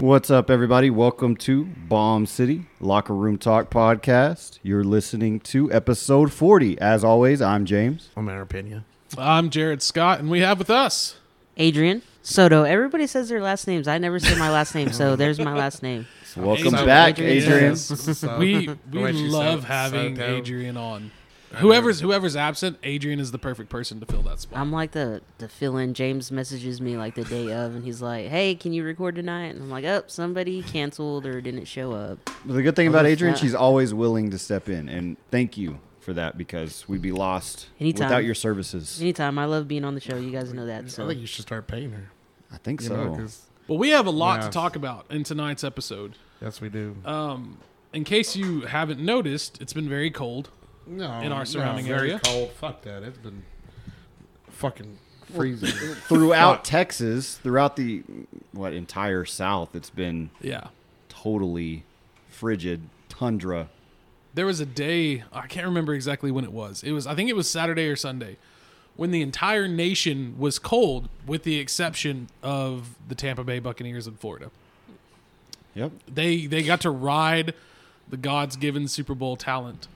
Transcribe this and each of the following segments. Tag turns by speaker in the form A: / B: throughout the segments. A: What's up, everybody? Welcome to Bomb City Locker Room Talk Podcast. You're listening to episode 40. As always, I'm James.
B: I'm in opinion.
C: I'm Jared Scott, and we have with us.
D: Adrian Soto. Everybody says their last names. I never say my last name, so there's my last name.
A: Welcome
C: Adrian.
A: back,
D: Adrian.
A: Adrian.
B: Oh.
C: We we love having Adrian on. Whoever's whoever's absent, Adrian is the perfect person to fill that spot.
D: I'm like the the fill in. James messages me like the day of, and he's like, "Hey, can you record tonight?" And I'm like, "Oh, somebody canceled or didn't show up."
A: But The good thing about Adrian,
D: yeah.
A: she's always willing to step in, and thank you for that because we'd be lost
D: Anytime.
A: without your services.
D: Anytime. I love being on the show. You guys know that.
B: I
D: So
B: think you should start paying her.
A: I think
B: You
A: so.
B: know, 'cause-
C: But we have a lot
B: Yeah.
C: to talk about in tonight's episode.
B: yes, we do.
C: Uh, In case you haven't noticed, it's been very cold.
B: no,
C: in our
B: no,
C: surrounding
B: very
C: area?
B: cold. Fuck that. It's been fucking freezing.
A: throughout Texas, throughout the what entire South, it's been
C: Yeah.
A: totally frigid tundra.
C: There was a day, I can't remember exactly when it was. It was I think it was Saturday or Sunday when the entire nation was cold with the exception of the Tampa Bay Buccaneers in Florida.
A: Yep,
C: They they got to ride the God's given Super Bowl talent.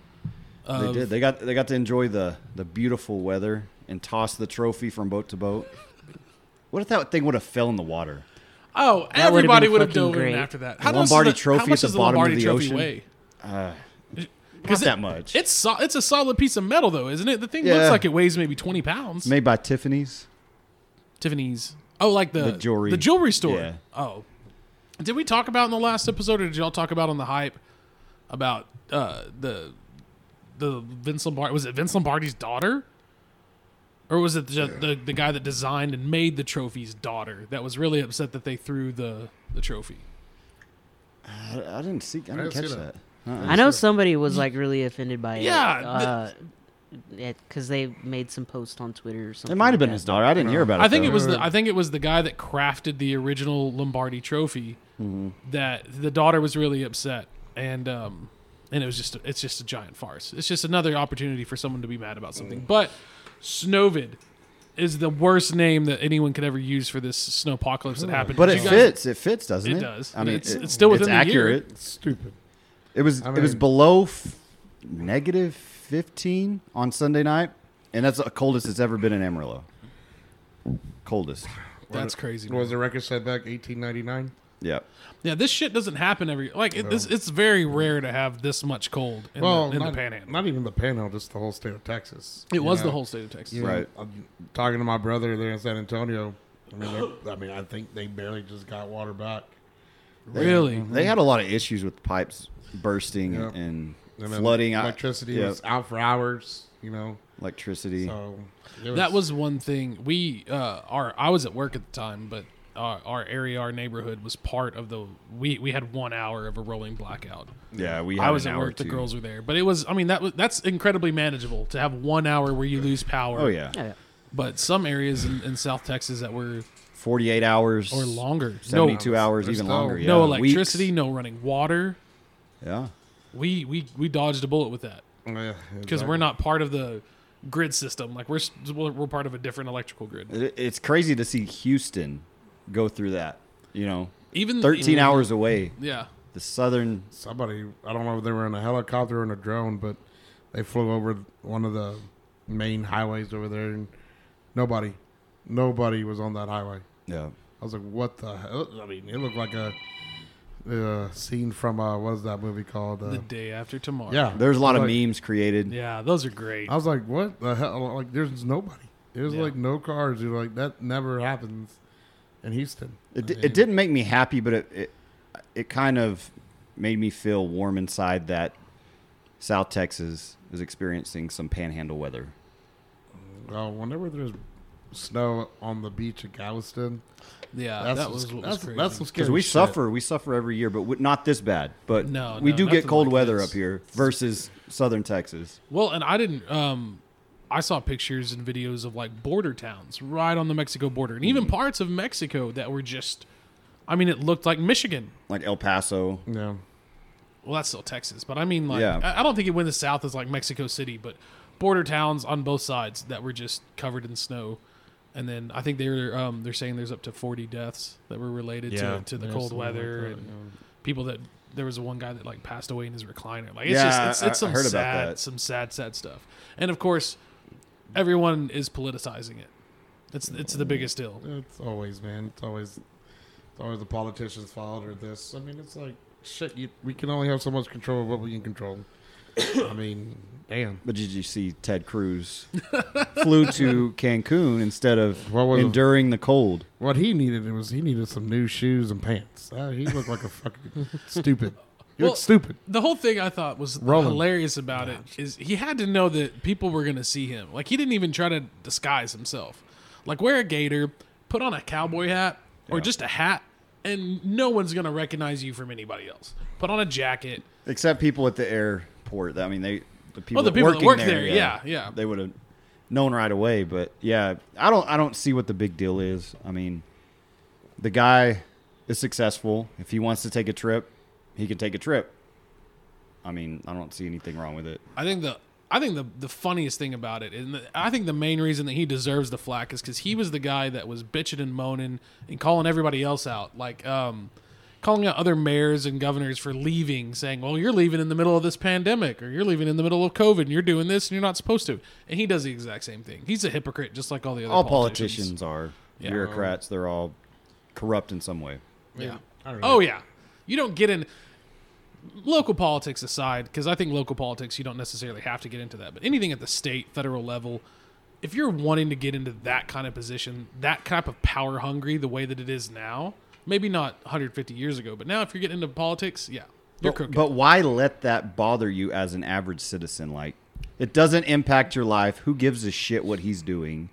A: they did. They got they got to enjoy the the beautiful weather and toss the trophy from boat to boat. What if that thing would have fell in the water?
C: Oh,
D: That would've
C: everybody
D: been
C: would have
D: fucking
C: dove in
D: great.
C: after that.
A: The
C: much does
A: Lombardi
C: the-
A: Trophy
C: how
A: at
C: much
A: the
C: does
A: bottom of
C: Lombardi
A: the
C: Trophy
A: ocean? Uh,
C: weigh?
A: Not that much.
C: It's so, it's a solid piece of metal though, isn't it? The thing
A: Yeah.
C: looks like it weighs maybe twenty pounds.
A: made by Tiffany's.
C: Tiffany's. Oh, like the,
A: The jewelry.
C: the jewelry store.
A: Yeah.
C: Oh, did we talk about in the last episode, or did y'all talk about on the hype about uh, the the Vince Lombardi? Was it Vince Lombardi's daughter, or was it the, the the guy that designed and made the trophy's daughter that was really upset that they threw the the trophy?
A: I, I didn't see. I didn't
B: didn't see
A: catch that.
B: that.
D: I know somebody was like really offended by it.
C: Yeah, the-
D: because they made some post on Twitter or something.
A: It might have
D: like
A: been
D: that.
A: his daughter. I didn't hear about it.
C: I think
A: though.
C: it was the I think it was the guy that crafted the original Lombardi Trophy
B: Mm-hmm.
C: that the daughter was really upset and um and it was just it's just a giant farce. It's just another opportunity for someone to be mad about
B: Mm.
C: something. But Snowvid is the worst name that anyone could ever use for this snowpocalypse that happened.
A: But
C: Did
A: it
C: you guys-
A: fits. It fits, doesn't it?
C: It does. It's- it's still within the year.
A: accurate.
B: It's stupid.
A: It was.
B: I
A: it was
B: mean-
A: below f- negative fifteen on Sunday night, and that's the coldest it's ever been in Amarillo. Coldest.
C: That's crazy.
B: What was the
C: man.
B: record set back 1899?
A: Yeah.
C: Yeah, this shit doesn't happen every like it, this, it's very rare to have this much cold in,
B: Well,
C: the, in
B: not,
C: the panhandle.
B: not even the panhandle, just the whole state of Texas.
C: it
B: you
C: was
B: know?
C: the whole state of Texas.
B: You know,
A: Right.
B: I'm talking to my brother there in San Antonio. I mean, they're- I mean, I think they barely just got water back.
C: Really?
A: They had a lot of issues with pipes bursting
B: Yeah.
A: and
B: I mean,
A: flooding. I-
B: electricity
A: yeah,
B: was out for hours. You know,
A: electricity.
B: so it
C: That was one thing we uh our I was at work at the time, but our, our area, our neighborhood was part of the we we had one hour of a rolling blackout.
A: yeah, we. Had
C: I was
A: an
C: at
A: hour
C: work, the
A: too.
C: girls were there, but it was I mean that was that's incredibly manageable to have one hour where you lose power.
A: Oh yeah,
D: Yeah.
C: but some areas in, in South Texas that were
A: forty-eight hours
C: or longer, no
A: seventy-two hours,
B: There's
A: even
B: no-
A: longer. Yeah.
C: no electricity,
A: Weeks.
C: no running water.
A: Yeah.
C: We we we dodged a bullet with that
B: because
C: because we're not part of the grid system. Like we're s- we're we're part of a different electrical grid.
A: It- It's crazy to see Houston go through that. You know,
C: Even
A: thirteen hours away,
C: Yeah.
A: the southern.
B: somebody. I don't know if they were in a helicopter or in a drone, but they flew over one of the main highways over there, and nobody, nobody was on that highway.
A: Yeah.
B: I was like, what the hell? I mean, it looked like a uh, scene from uh, what is that movie called? Uh,
C: The day after tomorrow.
B: yeah, Uh,
A: There's a lot of
B: Like-
A: memes created.
C: Yeah, those are great.
B: I was like, what the hell? Like, there's nobody. There's
C: Yeah.
B: like no cars. You're like, that never happens in Houston.
A: It,
B: I
A: di-
B: mean,
A: it didn't make me happy, but it, it it kind of made me feel warm inside that South Texas is experiencing some panhandle weather.
B: Well, whenever there's snow on the beach at Galveston, that's
C: Yeah, Uh, that
B: what's-
C: was what
B: that's,
C: was crazy.
B: that's what's
A: Because
B: scary
A: we
B: shit.
A: suffer, we suffer every year, but we, not this bad. But
C: No,
A: we
C: no,
A: do get
C: nothing
A: cold
C: like
A: weather
C: this.
A: up here versus southern Texas.
C: well, and I didn't. Um, I saw pictures and videos of like border towns right on the Mexico border, and
B: Mm.
C: even parts of Mexico that were just. I mean, it looked like Michigan.
A: like El Paso.
B: Yeah.
C: Well, that's still Texas, but I mean, like,
A: Yeah.
C: I, I don't think it went as south as like Mexico City, but border towns on both sides that were just covered in snow, and then I think they're um, they're saying there's up to 40 deaths that were related
E: Yeah.
C: to, to the
B: Yeah,
C: cold
B: something like
C: weather
B: that,
C: and
B: yeah.
C: people that there was one guy that like passed away in his recliner. Like it's
A: Yeah,
C: just it's,
A: I-
C: it's
A: I
C: some
A: heard about
C: sad
A: that.
C: some sad sad stuff. And of course, everyone is politicizing it. It's it's the biggest deal.
B: It's always, man. It's always, it's always the politicians' fault or this. I mean, it's like shit. You, we can only have so much control of what we can control. I mean, damn.
A: But did you see Ted Cruz flew to Cancun instead of
B: What was it?
A: enduring the cold?
B: What he needed was he needed some new shoes and pants. Uh, he looked like a fucking stupid. He
C: Well-
B: looked stupid.
C: The whole thing I thought was
B: Roland.
C: hilarious about it is he had to know that people were going to see him. Like he didn't even try to disguise himself. Like wear a gator, put on a cowboy hat or just a hat, and no one's going to recognize you from anybody else. Put on a jacket.
A: Except people at the airport. I mean, they the people,
C: Oh, the people that
A: working
C: work
A: there,
C: there,
A: Yeah,
C: yeah, yeah.
A: They would have known right away. But yeah, I don't. I don't see what the big deal is. I mean, the guy is successful. If he wants to take a trip, he can take a trip. I mean, I don't see anything wrong with it.
C: I think the I think the the funniest thing about it, and the, I think the main reason that he deserves the flack is because he was the guy that was bitching and moaning and calling everybody else out, like um, calling out other mayors and governors for leaving, saying, "Well, you're leaving in the middle of this pandemic, or you're leaving in the middle of COVID, and you're doing this, and you're not supposed to." And he does the exact same thing. He's a hypocrite, just like all the other
A: All
C: politicians.
A: politicians, are
C: Yeah.
A: bureaucrats. They're all corrupt in some way.
C: Yeah.
B: I don't know.
C: Oh yeah, you don't get in local politics aside because I think local politics you don't necessarily have to get into that, but anything at the state, federal level, if you're wanting to get into that kind of position, that type of power hungry, the way that it is now, maybe not 150 years ago, but now if you're getting into politics, yeah, you're
A: But,
C: crooked.
A: but why let that bother you as an average citizen? Like, it doesn't impact your life. Who gives a shit what he's doing?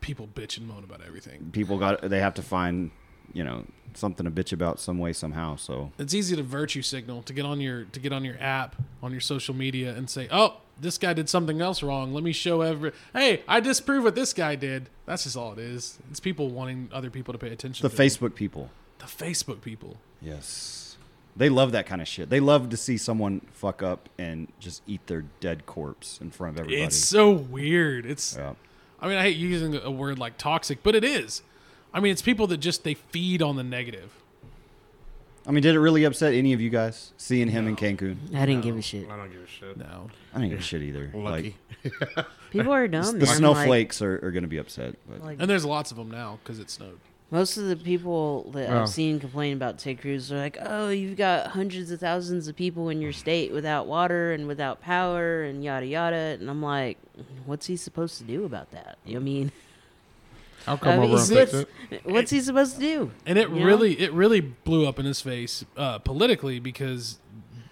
C: People bitch and moan about everything.
A: People got they have to find you know something to bitch about some way somehow. So
C: It's easy to virtue signal to get on your to get on your app on your social media and say, "Oh, this guy did something else wrong. Let me show every Hey, I disprove what this guy did." That's just all it is. It's people wanting other people to pay attention.
A: the
C: to
A: Facebook people,
C: the Facebook people.
A: yes, they love that kind of shit. They love to see someone fuck up and just eat their dead corpse in front of everybody.
C: It's so weird. It's
A: yeah.
C: I mean, I hate using a word like toxic, but it is. I mean, it's people that just they feed on the negative.
A: I mean, did it really upset any of you guys seeing him in Cancun?
D: I didn't give a shit.
B: I don't give a shit.
C: No.
A: I didn't give a shit either.
B: Lucky.
A: Like
D: People are dumb.
A: the
D: man. Like-
A: snowflakes are, are going to be upset, but
D: like,
C: And there's lots of them now cuz it snowed.
D: Most of the people that
B: Oh.
D: I've seen complain about Ted Cruz are like, "Oh, you've got hundreds of thousands of people in your state without water and without power and yada yada." And I'm like, "What's he supposed to do about that?" I mean,
B: I'll
D: I
B: come
D: mean,
B: over and fix
D: what's,
B: it.
D: what's he supposed to do?
C: And it
D: Yeah.
C: really it really blew up in his face uh, politically because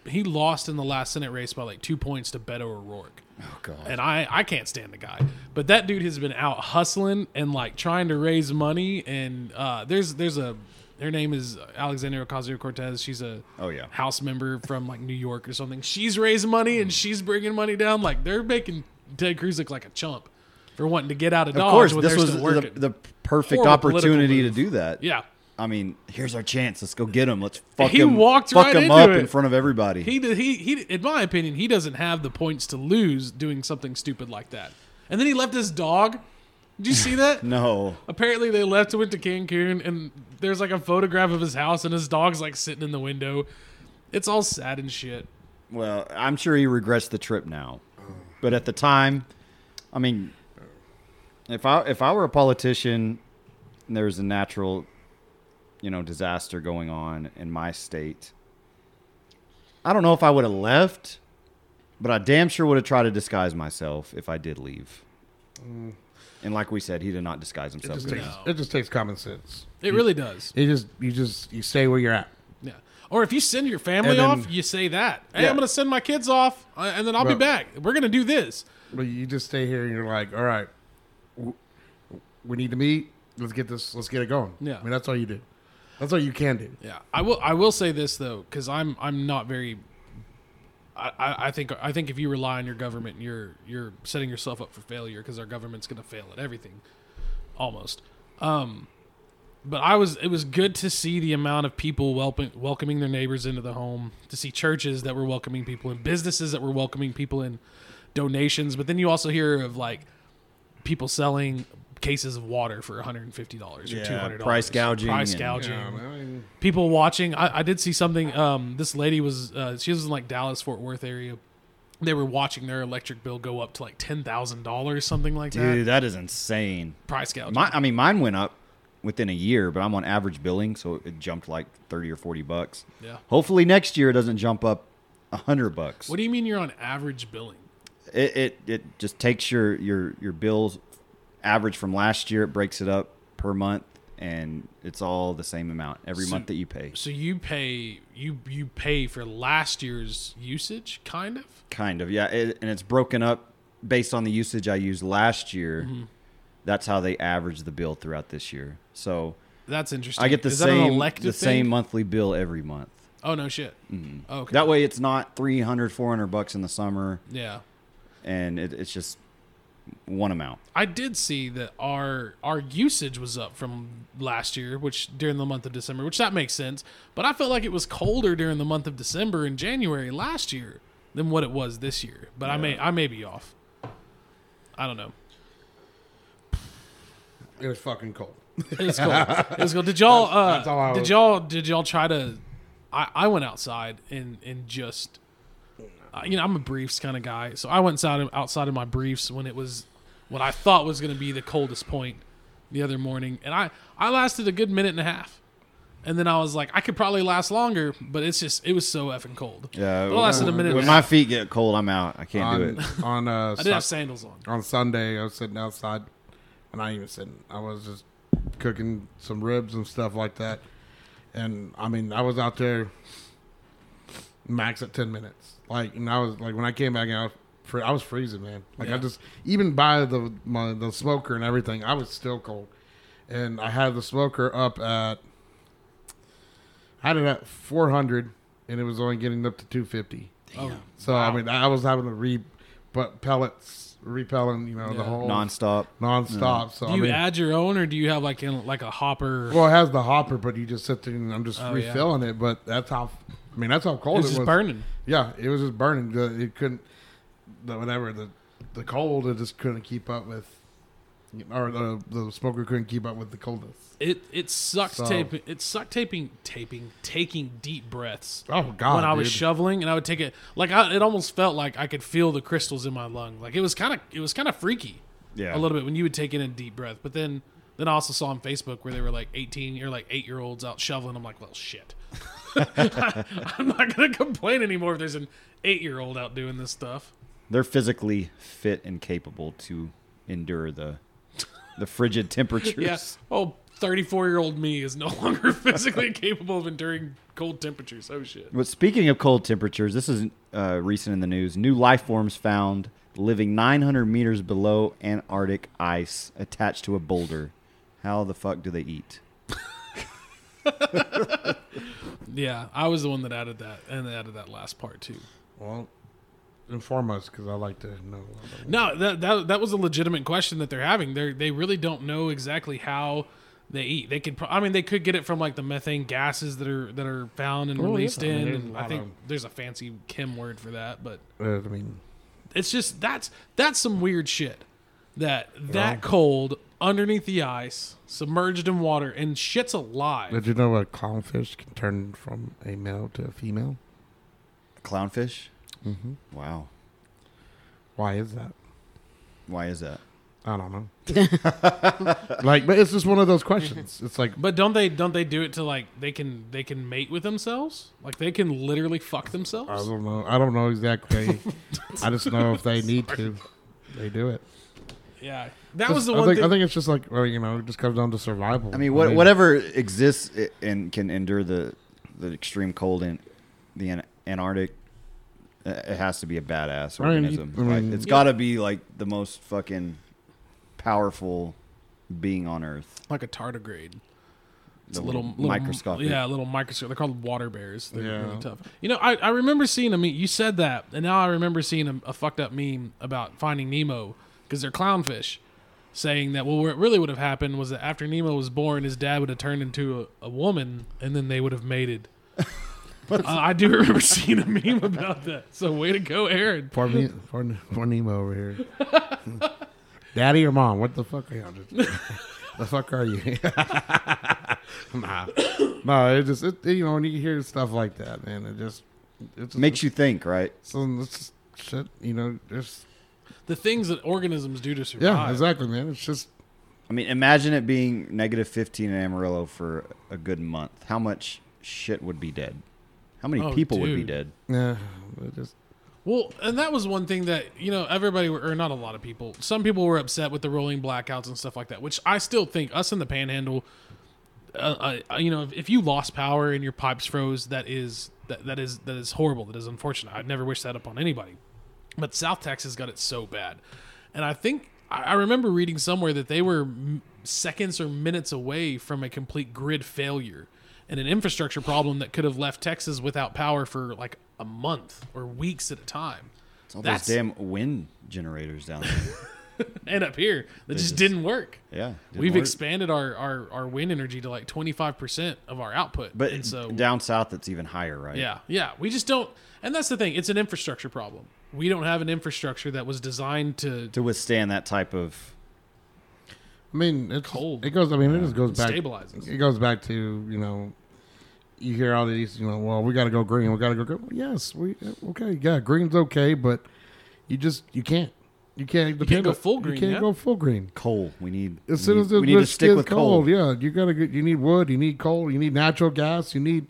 C: he lost in the last Senate race by like 2 points to Beto O'Rourke.
A: oh god.
C: And I I can't stand the guy. But that dude has been out hustling and like trying to raise money and uh, there's there's a her name is Alexandria Ocasio-Cortez. She's a
A: Oh, yeah.
C: house member from like New York or something. She's raising money
A: Mm.
C: and she's bringing money down. Like they're making Ted Cruz look like a chump for wanting to get out of,
A: Of
C: Dodge
A: course,
C: when
A: this
C: they're
A: was
C: still
A: the,
C: working.
A: the perfect
C: Horrible political
A: opportunity to
C: move.
A: do that.
C: yeah.
A: I mean, here's our chance. Let's go get him. Let's fuck
C: He
A: him.
C: walked
A: fuck
C: right
A: him
C: into
A: up
C: it.
A: in front of everybody.
C: He did, he he. In my opinion, he doesn't have the points to lose doing something stupid like that. And then he left his dog. Did you see that?
A: no,
C: Apparently, they left went to Cancun, and there's like a photograph of his house, and his dog's like sitting in the window. It's all sad and shit.
A: well, I'm sure he regrets the trip now, but at the time, I mean, if I if I were a politician, and there was a natural, you know, disaster going on in my state, I don't know if I would have left, but I damn sure would have tried to disguise myself if I did leave. And like we said, he did not disguise
B: It
A: himself.
B: just,
A: good
B: takes,
A: enough.
B: it just takes common sense.
C: It really does.
B: You just, you just, you stay where you're at.
C: Yeah. Or if you send your family
B: And then-
C: off, you say that. Hey,
A: Yeah.
C: I'm gonna send my kids off, uh, and then I'll be
B: Well-
C: back. We're gonna do this.
B: But you just stay here and you're like, all right, w- we need to meet. Let's get this. Let's get it going.
C: Yeah.
B: I mean, that's all you do. That's all you can do.
C: Yeah, I will. I will say this though, because I'm I'm not very. I- I, I think I think if you rely on your government, you're you're setting yourself up for failure because our government's going to fail at everything, almost. Um, but I was it was good to see the amount of people welping, welcoming their neighbors into the home, to see churches that were welcoming people in, businesses that were welcoming people in, donations. But then you also hear of like people selling cases of water for $150 or
A: Yeah,
C: $200.
A: price gouging
C: Price
A: and-
C: gouging.
B: Yeah, I mean,
C: People watching. I, I did see something. Um, this lady was, uh, she was in like Dallas, Fort Worth area. They were watching their electric bill go up to like $10,000, something like
A: Dude,
C: that.
A: that is insane.
C: Price gouging.
A: My, I mean, mine went up within a year, but I'm on average billing, so it jumped like thirty or forty bucks.
C: yeah.
A: Hopefully next year it doesn't jump up a hundred bucks.
C: What do you mean you're on average billing?
A: it, it it just takes your your your bills average from last year. It breaks it up per month, and it's all the same amount every
C: So-
A: month that you pay.
C: So you pay you you pay for last year's usage, kind of.
A: Kind of, yeah. It, and it's broken up based on the usage I used last year.
C: Mm-hmm.
A: That's how they average the bill throughout this year. So
C: That's interesting.
A: I get the
C: Is That an
A: same the
C: elective
A: same
C: thing?
A: monthly bill every month.
C: Oh no shit. Mm-hmm. Okay.
A: That way, it's not 300, 400 bucks in the summer,
C: yeah.
A: and it, it's just one amount.
C: I did see that our our usage was up from last year, which during the month of December, which that makes sense. But I felt like it was colder during the month of December and January last year than what it was this year. But I may I may be off. I don't know.
B: it was fucking cold.
C: It was cool. It was cool. Did y'all? Uh,
B: that's all I
C: did
B: was-
C: y'all? Did y'all try to? I, I went outside and and just, uh, you know, I'm a briefs kind of guy, so I went outside outside of my briefs when it was what I thought was going to be the coldest point the other morning, and I I lasted a good minute and a half. And then I was like, I could probably last longer, but it's just it Mm-hmm. was so effing cold.
A: Yeah,
C: but I lasted a minute.
A: When
C: And a
A: my
C: half.
A: feet get cold, I'm out. I can't do
B: On,
A: it.
B: on uh,
C: I did have
B: Su-
C: sandals on.
B: on Sunday, I was sitting outside, and I even sitting. I was just cooking some ribs and stuff like that, and I mean, I was out there max at ten minutes. Like, and I was like, when I came back out, fr- I was freezing, man. Like,
C: Yeah.
B: I just even by the my, the smoker and everything, I was still cold, and I had the smoker up at I had it at four hundred, and it was only getting up to two fifty.
C: Oh,
B: So I mean, I was having to re, but pellets repelling, you know,
C: Yeah.
B: the whole
A: Nonstop.
B: nonstop. So
C: do
B: I
C: you
B: mean,
C: add your own, or do you have like in like a hopper?
B: well, it has the hopper, but you just sit there and I'm just
C: Oh, yeah.
B: refilling it. But that's how, I mean, that's how
C: it
B: cold it
C: was
B: was.
C: just burning.
B: Yeah, it was just burning. The, it couldn't, the, whatever the the cold, it just couldn't keep up with, or the the smoker couldn't keep up with the coldness.
C: It it sucked
B: So-
C: taping. It sucked taping taping taking deep breaths
B: Oh God!
C: when I was
B: dude.
C: shoveling, and I would take it like I, it almost felt like I could feel the crystals in my lung. Like it was kind of it was kind of freaky
A: Yeah.
C: a little bit when you would take in a deep breath. But then then I also saw on Facebook where they were like eighteen or like eight year olds out shoveling. I'm like, well, shit. I'm not gonna complain anymore if there's an eight year old out doing this stuff.
A: They're physically fit and capable to endure the the frigid temperatures.
C: Yes. Yeah. Oh, 34 year old me is no longer physically capable of enduring cold temperatures. Oh shit.
A: But speaking of cold temperatures, this is uh, recent in the news. New life forms found living 900 meters below Antarctic ice, attached to a boulder. How the fuck do they eat?
C: Yeah, I was the one that added that and added that last part too.
B: Well, inform us because I like to know.
C: No, that that, that was a legitimate question that they're having. They they really don't know exactly how they eat. They could, pro- I mean, they could get it from like the methane gases that are that are found and released
B: yeah. I mean,
C: in.
B: there's
C: and
B: a
C: Oh, I
B: lot
C: think
B: of 'em.
C: there's a fancy chem word for that, but
B: Uh, I mean,
C: it's just that's that's some weird shit. That that cold underneath the ice, submerged in water, and shit's alive.
B: did you know a clownfish can turn from a male to a female?
A: Clownfish? Mm-hmm. Wow.
B: Why is that?
A: Why is that?
B: I don't know. like, but it's just one of those questions. It's like,
C: But don't they don't they do it to like they can they can mate with themselves? Like they can literally fuck
B: I
C: themselves?
B: don't know. I don't know exactly. I just know if they need to, they do it.
C: Yeah. That
B: Just-
C: was the
B: I
C: one
B: think,
C: thing.
B: I think it's just like, well, you know, it just comes down to survival.
A: I mean, what, whatever exists i- and can endure the the extreme cold in the An- Antarctic, uh, it has to be a badass
B: I mean,
A: organism.
B: you- I
A: right?
B: mean-
A: It's got to be like the most fucking powerful being on Earth.
C: like a tardigrade. It's
A: The
C: a little, little
A: microscopic.
C: Yeah, a little microscope. They're called water bears. They're
B: Yeah.
C: really tough. You know, I, I remember seeing a meme. You said that, and now I remember seeing a, a fucked up meme about finding Nemo because they're clownfish, saying that well, what really would have happened was that after Nemo was born, his dad would have turned into a, a woman, and then they would have mated. Uh, I do remember seeing a meme about that. So way to go, Aaron.
B: Poor, me, poor, poor Nemo over here. Daddy or mom? What the fuck are you? I'm just- the fuck are you? nah, no. It just it, you know when you hear stuff like that, man, it just it just
A: Makes you think, right?
B: some it's just shit. You know, just
C: The things that organisms do to survive.
B: yeah, exactly, man. It's just
A: I mean, imagine it being negative 15 in Amarillo for a good month. How much shit would be dead? How many
C: Oh,
A: people would be
C: dude.
A: dead?
B: yeah, it just
C: Well, and that was one thing that you know everybody were, or not a lot of people. Some people were upset with the rolling blackouts and stuff like that, which I still think us in the Panhandle. Uh, uh, you know, if, if you lost power and your pipes froze, that is that, that is that is horrible. That is unfortunate. I'd never wish that upon anybody. But South Texas got it so bad, and I think I, I remember reading somewhere that they were m- seconds or minutes away from a complete grid failure and an infrastructure problem that could have left Texas without power for like a month or weeks at a time.
A: It's all
C: That's-
A: those damn wind generators down there.
C: And up here, that just,
A: just-
C: didn't work.
A: Yeah. didn't
C: We've
A: work.
C: expanded our, our, our wind energy to like twenty five percent of our output,
A: But
C: and so
A: down south, it's even higher, right?
C: Yeah, yeah. We just don't, and that's the thing. It's an infrastructure problem. We don't have an infrastructure that was designed to,
A: To withstand that type of.
B: I mean, it's
C: Cold.
B: It goes. I mean, it just goes back.
C: stabilizes.
B: It goes back to you know, you hear all these. You know, well, we got to go green. We got to go green. Yes, we uh, okay. Yeah, green's okay, but you just you can't. You can't depend.
C: go
B: on-
C: full green,
B: You can't
C: yeah?
B: go full green.
A: Coal. We need.
B: As
A: we
B: soon
A: need-
B: as the
A: we need to
B: risk
A: stick
B: gets
A: with
B: cold,
A: coal.
B: yeah, you gotta get. You need wood. You need coal. You need natural gas. You need.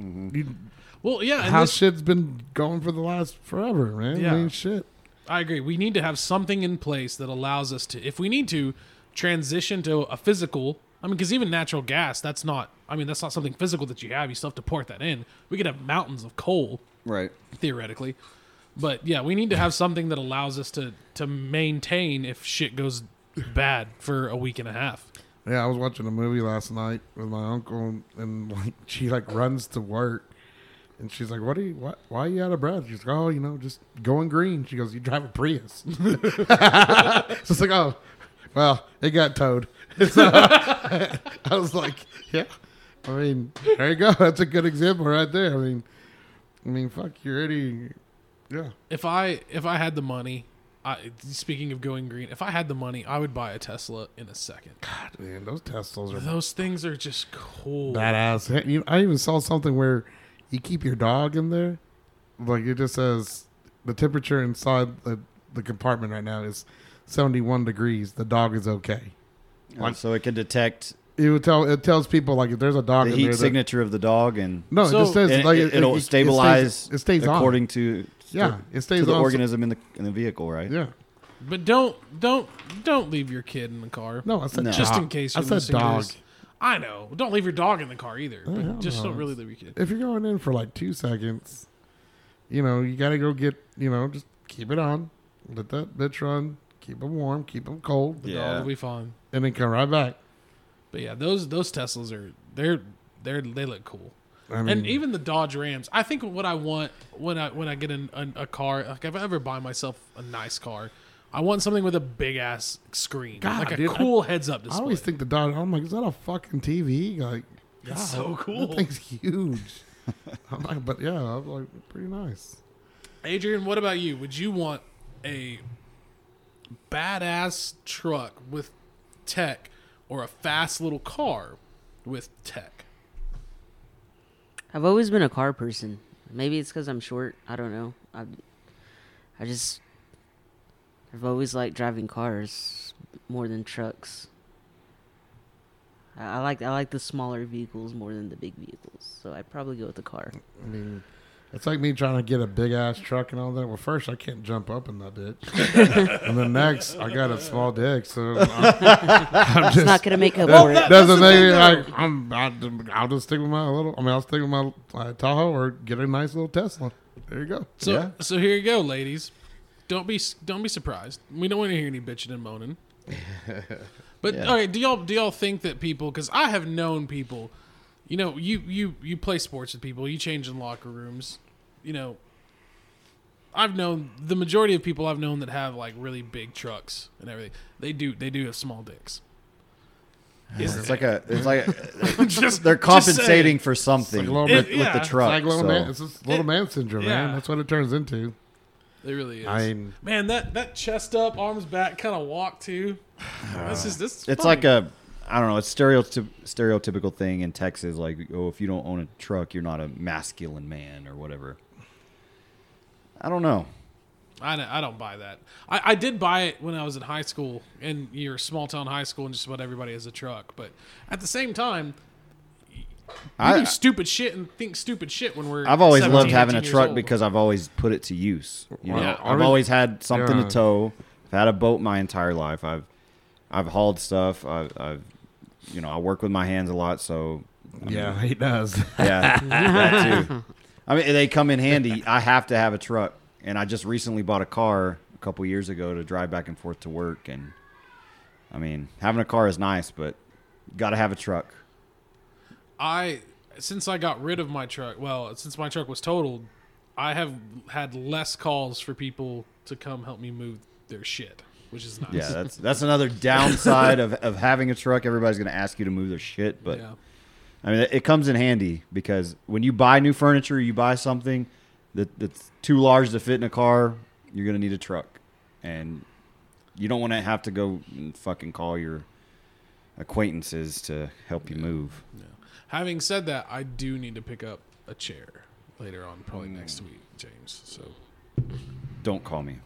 A: Mm-hmm.
B: You,
C: Well, yeah, and
B: how
C: this-
B: shit's been going for the last forever, man.
C: Yeah.
B: I mean, shit.
C: I agree. We need to have something in place that allows us to, if we need to, transition to a physical. I mean, because even natural gas, that's not. I mean, that's not something physical that you have. You still have to port that in. We could have mountains of coal
A: Right.
C: theoretically, but yeah, we need to have something that allows us to to maintain if shit goes bad for a week and a half.
B: Yeah, I was watching a movie last night with my uncle, and like she like runs to work, and she's like, "What are you? What? Why are you out of breath?" She's like, "Oh, you know, just going green." She goes, "You drive a Prius." so it's like, "Oh, well, it got towed." So, I was like, "Yeah." I mean, there you go. That's a good example right there. I mean, I mean, fuck, you're already, yeah.
C: if I if I had the money, I speaking of going green, if I had the money, I would buy a Tesla in a second.
B: God, man, those Teslas are
C: Those things are just cool.
B: badass. Hey, you- I even saw something where you keep your dog in there, like it just says the temperature inside the, the compartment right now is seventy one degrees. The dog is okay.
A: Uh, so it can detect
B: It would tell it tells people like if there's a dog
A: the
B: in
A: heat
B: there. that-
A: signature of the dog and.
B: no,
C: So-
B: it just says
A: and
B: like
A: it, will
B: it- it stays-
A: stabilize
B: It stays, on.
A: according to
B: Yeah, it stays
A: to the
B: on.
A: organism in the in the vehicle, right?
B: Yeah.
C: But don't don't don't leave your kid in the car.
B: No, I said
A: No.
C: Just
B: dog.
C: in case
B: I
C: you're
B: said
C: listening to
B: dog.
C: this. I know. Don't leave your dog in the car either. But
B: hell
C: just
B: no.
C: don't really leave your kid.
B: If you're going in for like two seconds, you know you got to go get you know just keep it on. Let that bitch run. Keep them warm. Keep them cold,
C: The dog
A: Yeah.
C: will be fine.
B: and then come right back.
C: But yeah, those those Teslas are they're they're they look cool.
B: I mean,
C: and even the Dodge Rams. I think what I want when I when I get in a, a car, like if I ever buy myself a nice car, I want something with a big ass screen,
B: God,
C: like a
B: dude, I-
C: cool heads up
B: I
C: display.
B: always think the Dodge. I'm like, is that a fucking TV? Like,
C: That's so
B: That
C: cool.
B: thing's huge. I'm like, but yeah, I'm like, pretty nice.
C: Adrian, what about you? Would you want a badass truck with tech or a fast little car with tech?
D: I've always been a car person. Maybe it's because I'm short. I don't know. I, I just, I've always liked driving cars more than trucks. I, I like I like the smaller vehicles more than the big vehicles. So I'd probably go with the car.
B: I mean, it's like me trying to get a big ass truck and all that. Well, first I can't jump up in that bitch, and then next I got a small dick, so I'm, I'm just
D: It's not gonna make up
B: that-
D: for it.
B: doesn't
C: Oh, that's
B: make
C: the
B: me
C: thing,
B: like I'm. I, I'll just stick with my little. I mean, I'll stick with my uh, Tahoe or get a nice little Tesla. There you go.
C: So
A: Yeah.
C: so here you go, ladies. Don't be don't be surprised. We don't want to hear any bitching and moaning. But
A: Yeah.
C: all right, do y'all do y'all think that people? Because I have known people. You know, you you you play sports with people. You change in locker rooms. You know, I've known the majority of people I've known that have like really big trucks and everything. They do they do have small dicks. Is-
A: It's like a it's like a,
C: just
A: they're
C: saying.
A: compensating for something
B: It's like a little
A: with,
C: bit-
A: with
C: yeah.
A: the
C: It's
A: truck.
B: It's like little
A: so-
B: man. It's just little
C: It-
B: man syndrome,
C: yeah.
B: man. That's what it turns into.
C: It really is.
B: I'm
C: Man, that that chest up, arms back kind of walk too. That's just this.
A: It's like a, I don't know, it's stereotyp- stereotypical thing in Texas. Like, oh, if you don't own a truck, you're not a masculine man or whatever. I don't know.
C: I, don't- I don't buy that. I, I did buy it when I was in high school, and you're small town high school, and just about everybody has a truck. But at the same time, we
A: I,
C: do stupid shit and think stupid shit when we're.
A: I've always
C: 17,
A: loved having a
C: 18 years
A: truck
C: old.
A: because I've always put it to use. You know?
B: Yeah.
A: I've always had something
B: Yeah.
A: to tow. I've had a boat my entire life. I've I've hauled stuff. I've, I've you know I work with my hands a lot, so
B: yeah, he does.
A: yeah, that too. I mean, they come in handy. I have to have a truck, and I just recently bought a car a couple years ago to drive back and forth to work. And I mean, having a car is nice, but got to have a truck.
C: I since I got rid of my truck, well, since my truck was totaled, I have had less calls for people to come help me move their shit, which is nice.
A: Yeah, that's that's another downside of, of having a truck. Everybody's going to ask you to move their shit, but
C: Yeah.
A: I mean, it comes in handy because when you buy new furniture, you buy something that, that's too large to fit in a car, you're going to need a truck. And you don't want to have to go and fucking call your acquaintances to help you move.
C: Having said that, I do need to pick up a chair later on, probably next week, James. So
A: Don't call me.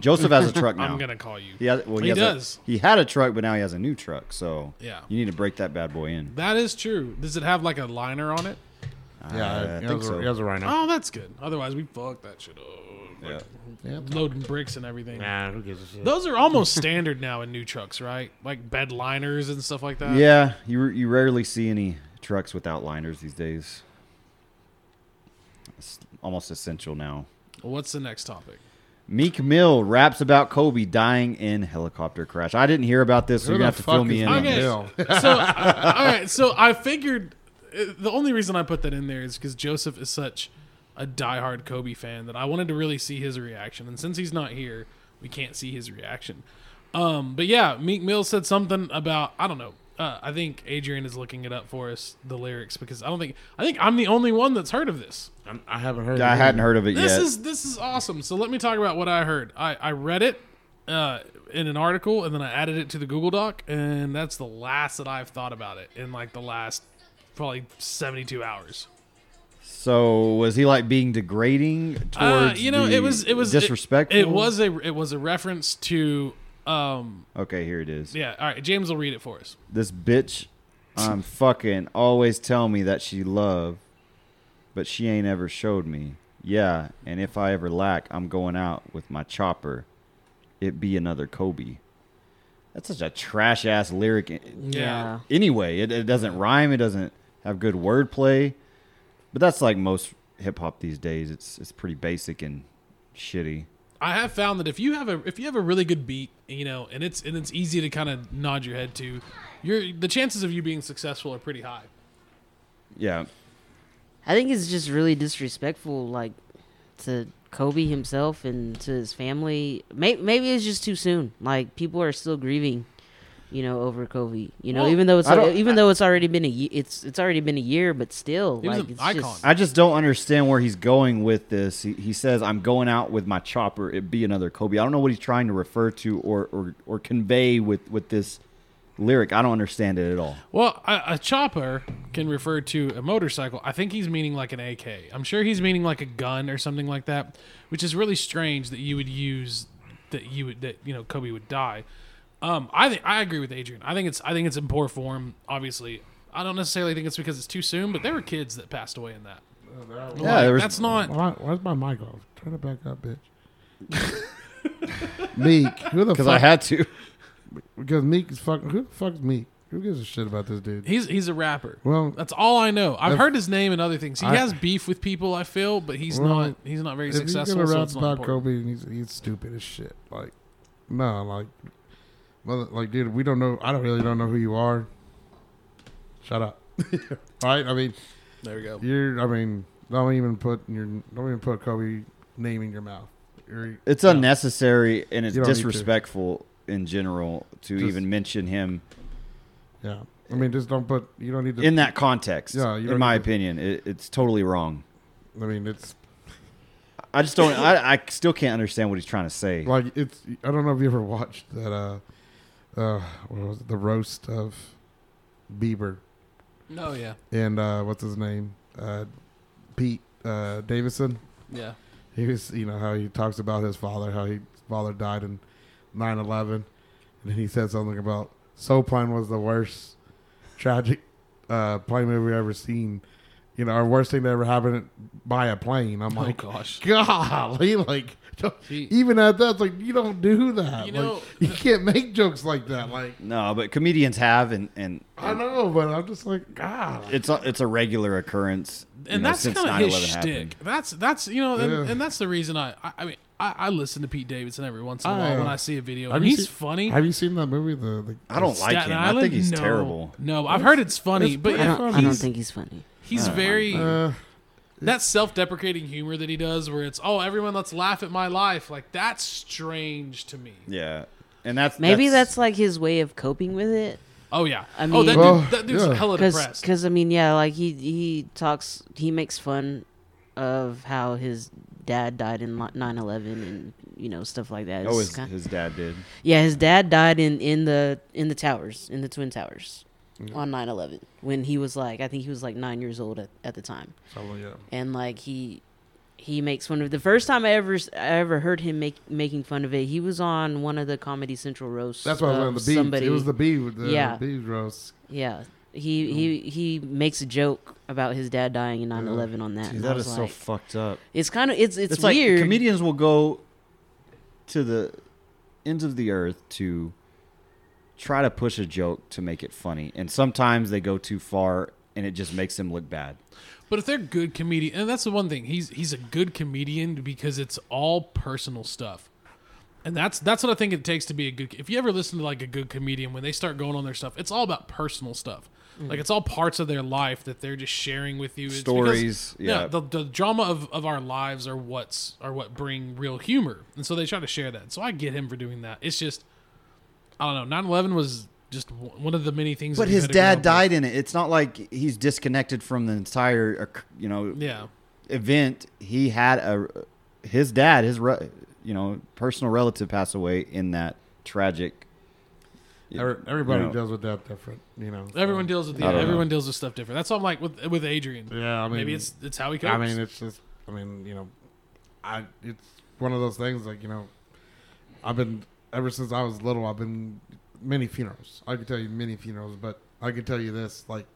A: Joseph has a truck now.
C: Um, I'm gonna call you.
A: He, has, well, he,
C: He
A: has a-
C: does.
A: he had a truck, but now he has a new truck. So
C: Yeah.
A: you need to break that bad boy in.
C: That is true. Does it have like a liner on it?
B: yeah,
A: I
B: he,
A: think
B: has a,
A: so.
B: he has a rhino.
C: Oh, that's good. Otherwise, we fucked that shit up.
A: Yeah.
B: Yeah.
C: Loading bricks and everything.
B: Nah, who gives a shit?
C: Those are almost standard now in new trucks, right? Like bed liners and stuff like that.
A: Yeah, you you rarely see any trucks without liners these days. It's almost essential now.
C: What's the next topic?
A: Meek Mill raps about Kobe dying in helicopter crash. I didn't hear about this, so
B: Who
A: you're gonna have
B: the
A: to fill
B: fuck
A: me
B: is
A: in.
B: Meek
A: on
C: Okay.
A: this.
B: Mill?
C: So, I- all right. So I figured uh, the only reason I put that in there is because Joseph is such a diehard Kobe fan that I wanted to really see his reaction. And since he's not here, we can't see his reaction. Um, but yeah, Meek Mill said something about I don't know. Uh, I think Adrian is looking it up for us the lyrics because I don't think I think I'm the only one that's heard of this.
B: I'm- I haven't heard.
A: I
B: of
A: hadn't
B: him.
A: heard of it
C: This
A: yet.
C: is this is awesome. So let me talk about what I heard. I I read it uh, in an article and then I added it to the Google Doc, and that's the last that I've thought about it in like the last probably seventy two hours.
A: so was he like being degrading towards?
C: Uh, you know,
A: the
C: it was it was
A: disrespectful.
C: It, it was a it was a reference to um
A: okay. Here it is.
C: yeah. All right, James will read it for us.
A: This bitch, I'm fucking always tell me that she love, but she ain't ever showed me. Yeah, and if I ever lack, I'm going out with my chopper. It be another Kobe. That's such a trash ass lyric
C: Yeah.
D: Yeah.
A: anyway. It, it doesn't rhyme. It doesn't have good wordplay. But that's like most hip hop these days. It's it's pretty basic and shitty.
C: I have found that if you have a if you have a really good beat, you know, and it's and it's easy to kind of nod your head to, you're the chances of you being successful are pretty high.
A: Yeah,
D: I think it's just really disrespectful, like to Kobe himself and to his family. May- Maybe it's just too soon. Like people are still grieving, you know, over Kobe. You know,
C: Well,
D: even though it's
A: I don't-
D: even though it's already been a ye- it's it's already been a year, but still,
C: He was
D: like
C: an
D: it's
C: icon.
D: just
A: I just don't understand where he's going with this. He, he says, "I'm going out with my chopper. It be another Kobe." I don't know what he's trying to refer to or or, or convey with with this lyric. I don't understand it at all.
C: Well, a, a chopper can refer to a motorcycle. I think he's meaning like an AK. I'm sure he's meaning like a gun or something like that, which is really strange that you would use that you would that you know Kobe would die. Um, I think I agree with Adrian. I think it's I think it's in poor form. Obviously, I don't necessarily think it's because it's too soon, but there were kids that passed away in that.
A: Yeah, there was
C: that's not.
B: Why, why's my mic off? Turn it back up, bitch. Meek, who the
A: because I
B: fuck?
A: had to.
B: because Meek is fucking. Who the fuck's Meek? Who gives a shit about this dude?
C: He's he's a rapper.
B: Well,
C: That's all I know. I've
B: If-
C: heard his name and other things. He
B: I-
C: has beef with people. I feel, but he's
B: Well,
C: not he's not very
B: if he's
C: successful.
B: gonna
C: so
B: rap
C: it's not
B: about
C: important.
B: Kobe, and he's he's stupid as shit. Like, no, like, mother, like, dude, we don't know. I don't really don't know who you are. Shut up. right? I mean,
C: There we go.
B: you're. I mean, don't even put your don't even put Kobe name in your mouth. You're,
A: It's unnecessary and it's
B: You don't need to.
A: disrespectful in general to
B: Just-
A: even mention him
B: yeah. I mean, just don't put. You don't need to.
A: in that context.
B: Yeah, you
A: in
B: don't
A: my
B: need to-
A: opinion, it, it's totally wrong.
B: I mean, it's
A: I just don't. I, I still can't understand what he's trying to say.
B: Like it's I don't know if you ever watched that uh uh what was it? the roast of Bieber
C: No, Oh, yeah,
B: and uh what's his name? Uh Pete uh Davison.
C: yeah.
B: He was you know how he talks about his father, how he his father died in 9/11 and then he said something about Soul Plane was the worst tragic uh plane movie ever seen. You know, our worst thing that ever happened by a plane. I'm
C: Oh
B: like,
C: gosh.
B: golly, like don't-
C: He-
B: even at that, it's like you don't do that. You
C: You know,
B: like, you can't make jokes like that. Like
A: No, but comedians have, and and
B: I know, but I'm just like, God,
A: it's a, it's a regular occurrence. you
C: and
A: know,
C: that's
A: since
C: kind of his
A: 9/11 happened.
C: shtick. That's that's you know, and,
B: Yeah.
C: and that's the reason I I, I mean I, I listen to Pete Davidson every once in a
B: I,
C: while
B: uh,
C: when I see a video.
B: have
C: And
B: you
C: he's
B: seen-
C: funny.
B: have you seen that movie? The, the
A: I don't like
C: Staten
A: him.
C: Island?
A: I think he's
C: No.
A: terrible.
C: No, I've heard it's funny, but
D: I
C: yeah,
D: don't, I
C: he's,
D: don't think he's funny.
C: he's
A: I don't
C: very
B: Uh,
C: that self-deprecating humor that he does, where it's oh everyone let's laugh at my life. Like that's strange to me.
A: Yeah, and that's
D: Maybe that's, like his way of coping with it.
C: Oh yeah.
D: I
C: oh that,
D: mean-
B: Well,
C: dude, that dude's
B: yeah.
C: hella
D: Because,
C: depressed.
D: cause, I mean, yeah, like he he talks, he makes fun of how his dad died in 9-11 and you know stuff like that.
A: oh,
D: It's
A: his,
D: kin-
A: his dad did.
D: yeah, his dad died in in the in the towers in the twin towers
B: Mm.
D: on 9-11 when he was like, I think he was like nine years old at, at the time.
B: so, yeah.
D: and like he he makes fun of the first time I ever s- I ever heard him make making fun of it. He was on one of the Comedy Central roasts.
B: That's why I was on
D: of
B: the bee.
D: Somebody,
B: It was the Mm. bee with the
D: Yeah.
B: bee roast.
D: yeah. He he he makes a joke about his dad dying in 9/11 on that.
A: Dude,
D: and I
A: that
D: was
A: is so
D: like-
A: fucked up.
D: it's kind of it's it's,
A: It's, like
D: weird.
A: comedians will go to the ends of the earth to try to push a joke to make it funny, and sometimes they go too far, and it just makes them look bad.
C: But if they're good comedian, and that's the one thing he's he's a good comedian because it's all personal stuff, and that's that's what I think it takes to be a good. If you ever listen to like a good comedian when they start going on their stuff, it's all about personal stuff.
A: Mm.
C: Like it's all parts of their life that they're just sharing with you. It's
A: Stories,
C: because,
A: yeah.
C: The, the drama of, of our lives are what's are what bring real humor, and so they try to share that. So I get him for doing that. It's just I don't know. 9-11 was just w- one of the many things.
A: But
C: that we
A: his
C: had to grow up
A: dad
C: with.
A: died in it. It's not like he's disconnected from the entire, uh, you know,
C: Yeah.
A: event. He had a his dad, his re, you know, personal relative passed away in that tragic.
B: Every- Everybody
A: you know.
B: deals with that different, you know. so-
C: Everyone deals with the,
A: I don't know.
C: everyone deals with stuff different. That's all I'm like with with Adrian.
B: Yeah, I mean,
C: Maybe it's it's how he copes.
B: I mean, it's just. I mean, you know, I. It's one of those things. Like you know, I've been ever since I was little. I've been many funerals. I could tell you many funerals, but I could tell you this. Like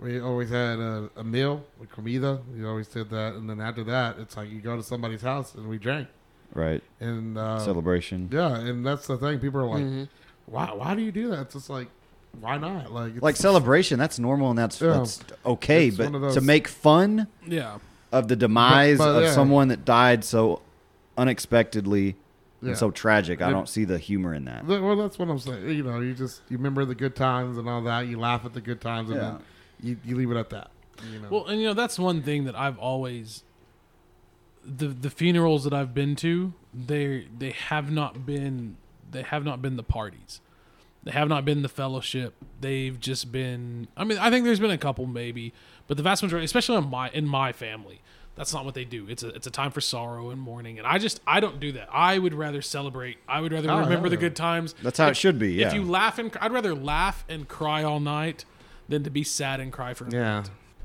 B: we always had a, a meal, a comida. We always did that, and then after that, it's like you go to somebody's house and we drank.
A: Right.
B: And uh,
A: Celebration.
B: yeah, and that's the thing. People are like,
D: Mhm.
B: why? Why do you do that? It's just like, why not? Like, it's,
A: Like celebration, that's normal and that's
B: Yeah.
A: that's okay,
B: It's
A: but
B: one of those-
A: to make fun
C: yeah,
A: of the demise
B: But- but,
A: of
B: yeah.
A: someone that died so unexpectedly
B: Yeah.
A: and so tragic, I
B: Yeah.
A: don't see the humor in that.
B: Th- Well, that's what I'm saying. You know, you just you remember the good times and all that. You laugh at the good times, and
A: Yeah.
B: then you, you leave it at that. You know,
C: Well, and you know that's one thing that I've always the the funerals that I've been to, they they have not been they have not been the parties. They have not been the fellowship. They've just been I mean, I think there's been a couple maybe, but the vast majority, especially in my in my family, that's not what they do. It's a it's a time for sorrow and mourning, and I just I don't do that. I would rather celebrate. I would rather
B: Oh,
C: remember
B: hell
C: the
B: yeah.
C: good times.
A: That's how it should be,
C: If
A: yeah.
C: you laugh and cr- I'd rather laugh and cry all night than to be sad and cry for
B: yeah,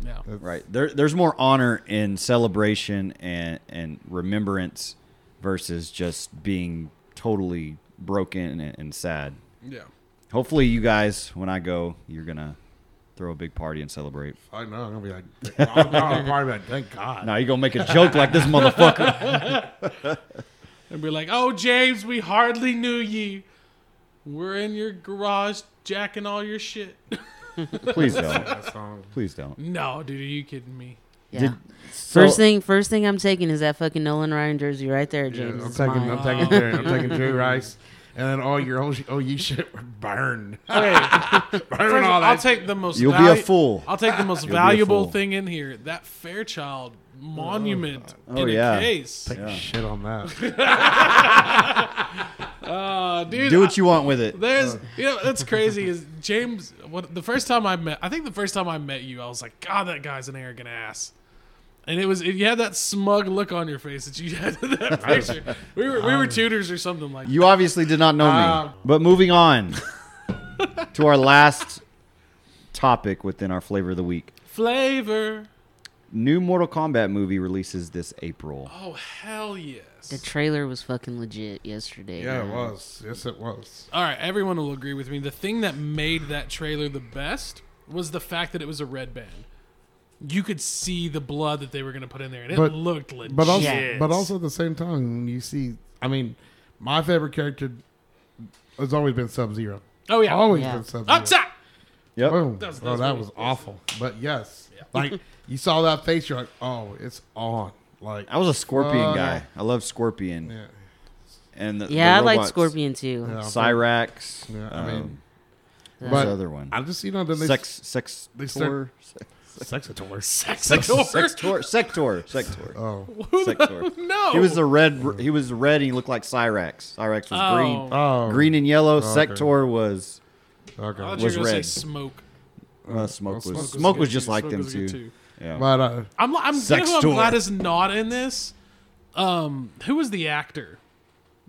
C: yeah.
B: That's-
A: Right. There, there's more honor in celebration and and remembrance versus just being totally broken and, and sad.
C: Yeah.
A: Hopefully, you guys, when I go, you're gonna throw a big party and celebrate.
B: I know. I'm gonna be like, I'm gonna probably be like, thank God.
A: Now you're gonna make a joke like this motherfucker.
C: And be like, oh, James, we hardly knew you. We're in your garage jacking all your shit.
A: Please don't.
B: That song.
A: Please don't.
C: no, dude, are you kidding me?
D: yeah.
A: Did-
D: first
A: so-
D: thing, first thing I'm taking is that fucking Nolan Ryan jersey right there,
B: Yeah,
D: James.
B: I'm
D: It's
B: taking,
D: mine.
B: I'm taking, Jerry, I'm taking Jerry Rice, and then all your old, oh, you shit, were burned,
C: Hey,
B: burn
C: first of all,
B: all
C: I'll
B: that.
C: take the most.
A: You'll
C: valu-
A: be a fool.
C: I'll take the most
A: be a
C: valuable
A: fool.
C: thing in here. That Fairchild monument
A: Oh,
C: in a
A: yeah.
C: case.
B: Take shit on that.
C: Uh, dude,
A: Do what you want with it.
C: There's,
B: Oh.
C: you know, that's crazy. Is James? What the first time I met? I think the first time I met you, I was like, God, that guy's an arrogant ass. And it was you had that smug look on your face that you had in that picture. We were we were tutors or something like. that.
A: You obviously did not know me.
B: Um.
A: But moving on to our last topic within our flavor of the week.
C: Flavor.
A: New Mortal Kombat movie releases this April.
C: Oh hell yes.
D: The trailer was fucking legit yesterday.
B: Yeah, it
D: man.
B: was. Yes, it was.
C: All right, everyone will agree with me. The thing that made that trailer the best was the fact that it was a red band. You could see the blood that they were going to put in there, and it
B: But-
C: looked legit.
B: But also,
D: Yes.
B: but also at the same time, when you see, I mean, my favorite character has always been Sub Zero.
C: oh yeah,
B: Always
D: Yeah.
B: been Sub Zero.
C: outside.
A: Yep.
B: Boom.
C: That was- that
B: oh,
C: was
B: that
C: really-
B: was awful. But yes, like you saw that face, you're like, oh, it's on. Like
A: I was a Scorpion
B: Fuck.
A: guy. I love Scorpion.
B: Oh, Yeah.
A: And the,
D: Yeah, I
A: the
D: like
A: robots.
D: Scorpion too.
B: Yeah.
A: Cyrax.
B: Yeah, I mean,
A: um,
D: Yeah.
A: what's
B: but
A: the other one?
B: I just you know then they
A: Sex, sex,
B: they
A: tour,
B: start-
A: sex,
B: sexator.
C: Sexator.
A: sector, sector, sector,
B: Oh,
A: sector.
C: No,
A: He was the red. He was red. And he looked like Cyrax. Cyrax was
C: Oh.
A: green,
B: oh,
A: green and yellow.
B: okay.
A: Sector was
C: I thought
B: Okay.
C: you were
A: was
C: gonna
A: red.
C: Say smoke.
A: uh, smoke was
B: Smoke
A: smoke,
B: was
C: good
A: was just
C: too.
A: like
C: Smoke
A: them
C: was good
A: too.
C: too.
A: Yeah.
B: But uh,
C: I'm, I'm, you know who I'm
A: Sextor.
C: glad is not in this. Um, who was the actor?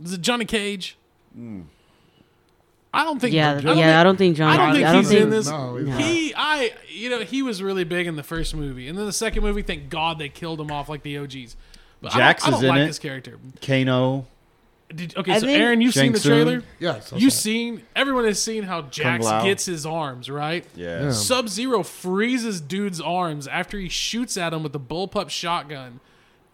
C: Is it Johnny Cage? I don't think.
D: yeah,
C: I
D: yeah.
C: don't
D: I don't think John.
C: I don't think
B: I
C: he's
B: don't think-
C: in this.
B: no, he's
C: he, I, you know, he was really big in the first movie, and then the second movie. Thank God they killed him off like the OGs. But
A: Jax
C: I don't, I
A: is
C: don't
A: in
C: like
A: it.
C: this character.
A: Kano,
C: Did, okay,
D: I
C: so
D: think-
C: Aaron, you've seen
A: Shang
C: the
A: Tsung.
C: trailer.
B: yes, that's right.
C: You've seen everyone has seen how Jax
A: Lao.
C: gets his arms right.
A: yeah.
B: Yeah.
C: Sub Zero freezes dude's arms after he shoots at him with the bullpup shotgun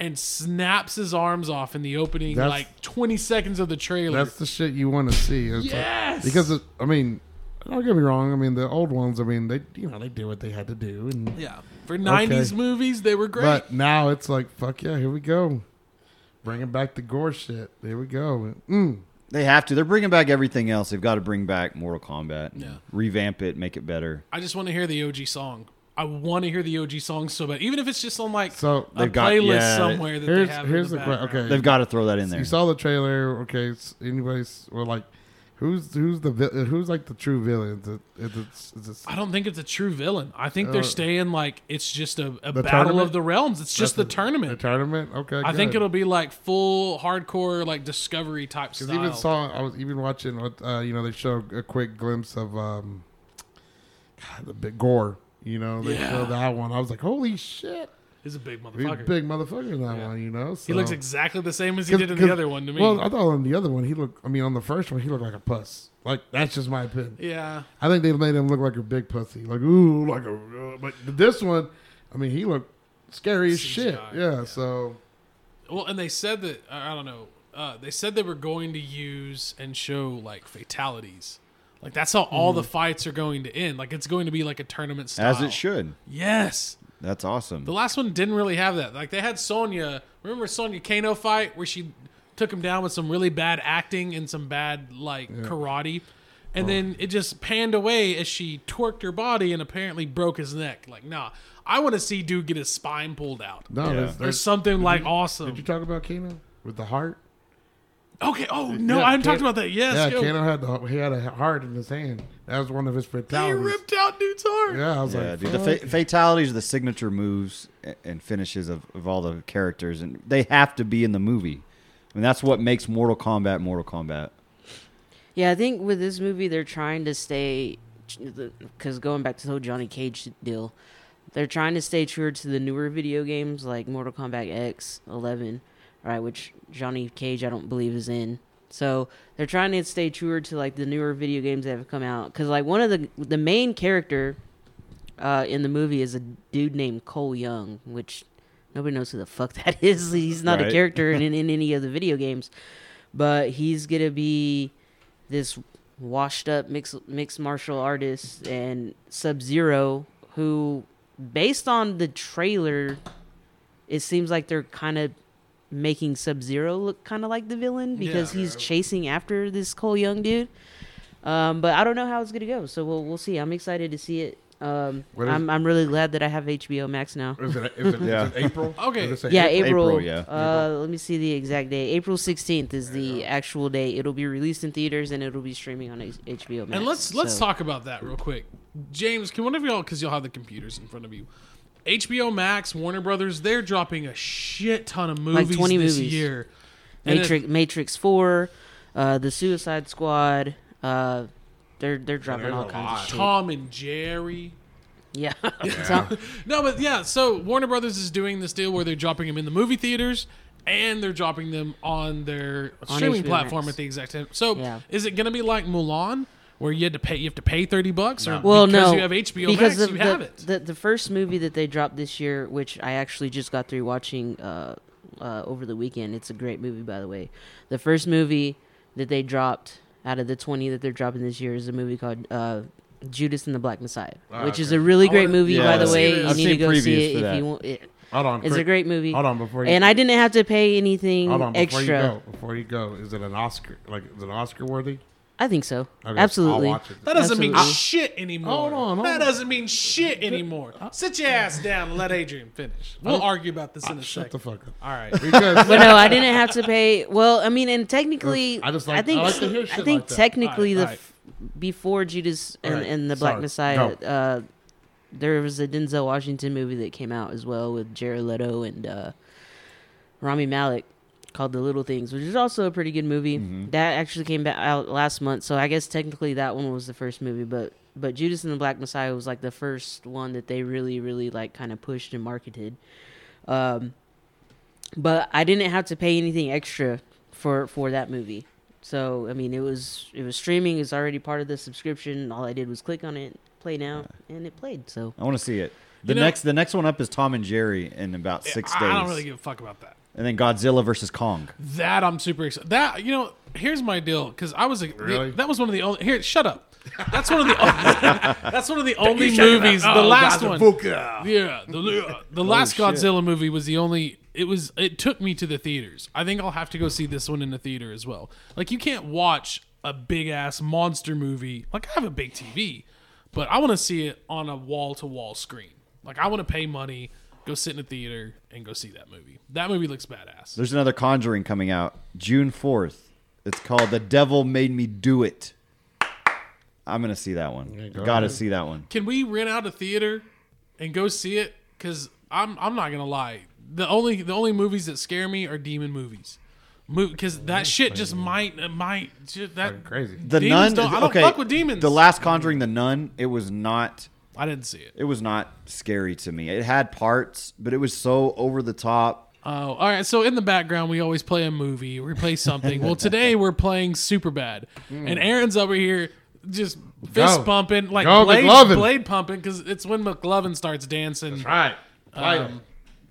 C: and snaps his arms off in the opening
B: That's-
C: like 20 seconds of the trailer.
B: That's the shit you want to see. It's like-
C: yes!
B: because it, I mean, don't get me wrong. I mean, the old ones. I mean, they you know they did what they had to do, and
C: yeah, for 90s movies, they were great.
B: but now it's like fuck yeah, here we go, bringing back the gore shit. Here we go. Mm.
A: They have to. They're bringing back everything else. They've got to bring back Mortal Kombat. and
C: Yeah.
A: Revamp it, make it better.
C: I just want to hear the OG song. I want to hear the OG song so bad. Even if it's just on like
B: So
C: a
A: They've got-
C: playlist
A: yeah.
C: somewhere that
B: Here's-
C: they have
B: here's
C: in
B: the
C: the,
B: que-
C: background.
B: okay.
A: They've got to throw that in there.
B: you saw the trailer. Okay, s- anybody's or like. Who's who's the vil- who's like the true villain? Is it, is it, is it,
C: I don't think it's a true villain. I think they're
B: Uh,
C: staying like it's just a, a
B: the
C: battle
B: tournament?
C: of the realms. It's just the tournament.
B: The tournament. Okay,
C: I think
B: good.
C: it'll be like full hardcore, like discovery type
B: Because
C: style.
B: even saw I was even watching what uh, you know they show a quick glimpse of um, God, the big gore. You know they
C: Yeah.
B: show that one. I was like, holy shit,
C: He's a big
B: he's a
C: motherfucker.
B: big motherfucker in that
C: Yeah.
B: one. You know so,
C: He looks exactly the same as he
B: 'cause-
C: did in
B: 'cause-
C: the other one to me.
B: Well, uh, I thought on the other one he looked. I mean, on the first one he looked like a puss. Like that's just my opinion.
C: yeah,
B: I think they made him look like a big pussy. Like ooh, like a. Uh, but this one, I mean, he looked scary as shit.
C: CGI,
B: Yeah, So
C: well, and they said that I I don't know. Uh, they said they were going to use and show like fatalities. Like that's how all
B: Mm-hmm.
C: the fights are going to end. Like it's going to be like a tournament style.
A: As it should.
C: Yes.
A: That's awesome.
C: The last one didn't really have that. Like they had Sonya. Remember Sonya Kano fight where she took him down with some really bad acting and some bad like karate,
B: Oh.
C: and then it just panned away as she twerked her body and apparently broke his neck. Like nah, I want to see dude get his spine pulled out
B: no,
A: Yeah.
B: there's,
C: or
B: there's,
C: something like
B: did you
C: awesome.
B: talk about Kano with the heart?
C: Okay. Oh no,
B: Yeah,
C: I haven't
B: Kan-
C: talked about that. Yes.
B: Yeah,
C: yo.
B: Kano had the he had a heart in his hand. That was one of his
C: he
B: fatalities.
C: ripped out dude's heart.
B: Yeah, I was
A: yeah,
B: like,
A: dude. The
B: fuck.
A: fa- fatalities are the signature moves a- and finishes of, of all the characters, and they have to be in the movie. I mean, that's what makes Mortal Kombat Mortal Kombat.
D: Yeah, I think with this movie they're trying to stay, because going back to the whole Johnny Cage deal, they're trying to stay true to the newer video games like Mortal Kombat X Eleven, right? Which Johnny Cage I don't believe is in. So they're trying to stay truer to like the newer video games that have come out. Because like one of the the main character uh, in the movie is a dude named Cole Young, which nobody knows who the fuck that is. He's not
A: Right.
D: a character in, in any of the video games, but he's gonna be this washed up mixed mixed martial artist and Sub Zero, who, based on the trailer, it seems like they're kind of making Sub Zero look kind of like the villain because
C: Yeah.
D: he's chasing after this Cole Young dude. Um, but I don't know how it's gonna go, so we'll we'll see. I'm excited to see it. Um,
B: What is-
D: I'm I'm really glad that I have HBO Max now.
B: Is it, is it,
A: Yeah.
B: is it April?
C: Okay.
B: Is it
D: Yeah,
B: April?
D: April.
A: April, yeah.
D: Uh, let me see the exact day. April 16th is the actual day. It'll be released in theaters and it'll be streaming on H- HBO Max.
C: And let's let's
D: so-
C: talk about that real quick. James, can one of y'all, because you'll have the computers in front of you, HBO Max, Warner Brothers, they're dropping a shit ton of movies
D: 20
C: this
D: movies.
C: year. And
D: Matrix, Matrix Four, uh, the Suicide Squad. Uh, they're they're dropping
B: there's
D: all
B: a
D: kinds
C: then
D: of
C: Tom and Jerry.
D: shit. Yeah, Tom-
C: No, but yeah, so Warner Brothers is doing this deal where they're dropping them in the movie theaters and they're dropping them on their
D: On
C: streaming
D: HBO
C: platform
D: Max.
C: at the exact same. So
D: Yeah.
C: is it going to be like Mulan where you had to pay you have to pay 30 bucks or
D: Well,
C: because
D: no,
C: you have HBO Max
D: because the,
C: you
D: the,
C: have it.
D: The, the first movie that they dropped this year, which I actually just got through watching uh, uh, over the weekend. It's a great movie, by the way. The first movie that they dropped out of the twenty that they're dropping this year is a movie called uh, Judas and the Black Messiah,
B: Ah,
D: which is
B: okay.
D: a really
C: I
D: great
C: wanna-
D: movie,
A: Yeah,
D: by
A: I've
D: the way.
C: seen it.
D: You
A: I've
D: need to
A: seen
D: go see
A: previews
D: it
A: for
D: if
A: that.
D: you want. It,
B: Hold on.
D: it's a
B: quick-
D: great movie.
B: Hold on before you.
D: and I didn't have to pay anything
B: hold on before
D: extra.
B: you go. Before you go, is it an Oscar? Like, is it Oscar worthy?
D: I think so.
B: Okay,
D: Absolutely.
B: I'll watch it.
C: That doesn't mean
D: Absolutely.
C: shit anymore.
B: Hold on, hold
C: that
B: on. Uh,
C: doesn't mean shit anymore. Sit your ass down and let Adrian finish. We'll argue about this in a
B: Uh, Shut the
C: second.
B: fuck up.
C: All right.
B: Because
D: but no, I didn't have to pay. Well, I mean, and technically,
B: I
D: I
B: just like-
D: think
B: I like to hear shit
D: I think
B: like that.
D: technically the
C: Alright,
D: f- before Judas and,
B: Alright,
D: and the Black
B: sorry.
D: Messiah, uh, there was a Denzel Washington movie that came out as well with Jared Leto and uh, Rami Malek called The Little Things, which is also a pretty good movie. That actually came ba- out last month, so I guess technically that one was the first movie, but but Judas and the Black Messiah was like the first one that they really really like kind of pushed and marketed. Um, but I didn't have to pay anything extra for for that movie. So I mean, it was it was streaming. It's already part of the subscription. All I did was click on it, play now, and it played. So
A: I want to see it. The
C: You know-
A: next, the next one up is Tom and Jerry in about six
C: I,
A: days,
C: I don't really give a fuck about that.
A: and then Godzilla versus Kong.
C: That I'm super excited. That you know, here's my deal because I was a,
B: Really?
C: that was one of the only here. Shut up. That's one of the only, that's one of the only
B: shut it up.
C: movies.
B: Oh,
C: the last one.
B: Bazooka.
C: Yeah, the, the last
A: shit.
C: Godzilla movie was the only. It was. It took me to the theaters. I think I'll have to go see this one in the theater as well. Like you can't watch a big ass monster movie. Like I have a big TV, but I want to see it on a wall to wall screen. Like I want to pay money, go sit in a theater and go see that movie. That movie looks badass.
A: There's another Conjuring coming out June 4th. It's called The Devil Made Me Do It. I'm gonna see that one.
B: go
A: Got to
B: ahead.
A: see that one.
C: Can we rent out a theater and go see it? Because I'm I'm not gonna lie. The only the only movies that scare me are demon movies. Because that shit just might it might ju- that
B: Crazy.
A: The Nun.
C: Demons don't- I don't
A: okay,
C: fuck with demons.
A: The last Conjuring, The Nun. It was not.
C: I didn't see it.
A: It was not scary to me. It had parts, but it was so over the top.
C: Oh, all right. So in the background, we always play a movie. We play something. well, today we're playing Superbad,
A: Mm.
C: and Aaron's over here just fist
B: Go.
C: pumping, like
B: Go,
C: blade,
B: McLovin.
C: blade pumping, because it's when McLovin starts dancing.
B: Right. Fight 'em.
C: Um,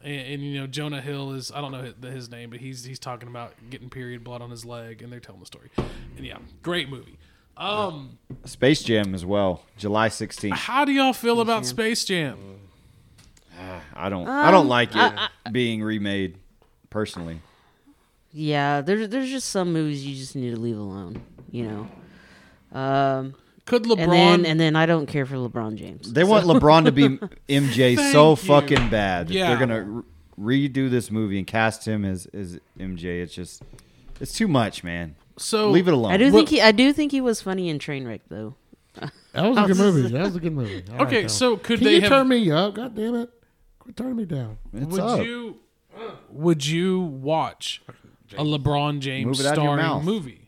C: and, and you know Jonah Hill is I don't know his, his name, but he's he's talking about getting period blood on his leg, and they're telling the story. And yeah, great movie. Um,
A: Space Jam as well. July 16th.
C: how do y'all feel about
A: Mhm.
C: Space Jam?
A: I don't. I
C: Um,
A: don't like it being remade, personally.
D: yeah, there's there's just some movies you just need to leave alone. You know. Um,
C: Could LeBron?
D: and then and then I don't care for LeBron James.
A: They want LeBron to be MJ so
C: Thank you.
A: fucking bad.
C: Yeah.
A: They're gonna re- redo this movie and cast him as as MJ. It's just it's too much, man.
C: so
A: Leave it alone.
D: I do
C: Well-
D: think he I do think he was funny in Trainwreck though.
B: That was a good movie. That was a good movie. I like
C: Okay,
B: that one.
C: so could
B: Can
C: they
B: you
C: have-
B: turn me up? God damn it! Quit turning me down.
A: It's
C: would
A: up.
C: you would you watch a LeBron James
A: Move it out of your
C: starring
A: mouth.
C: movie?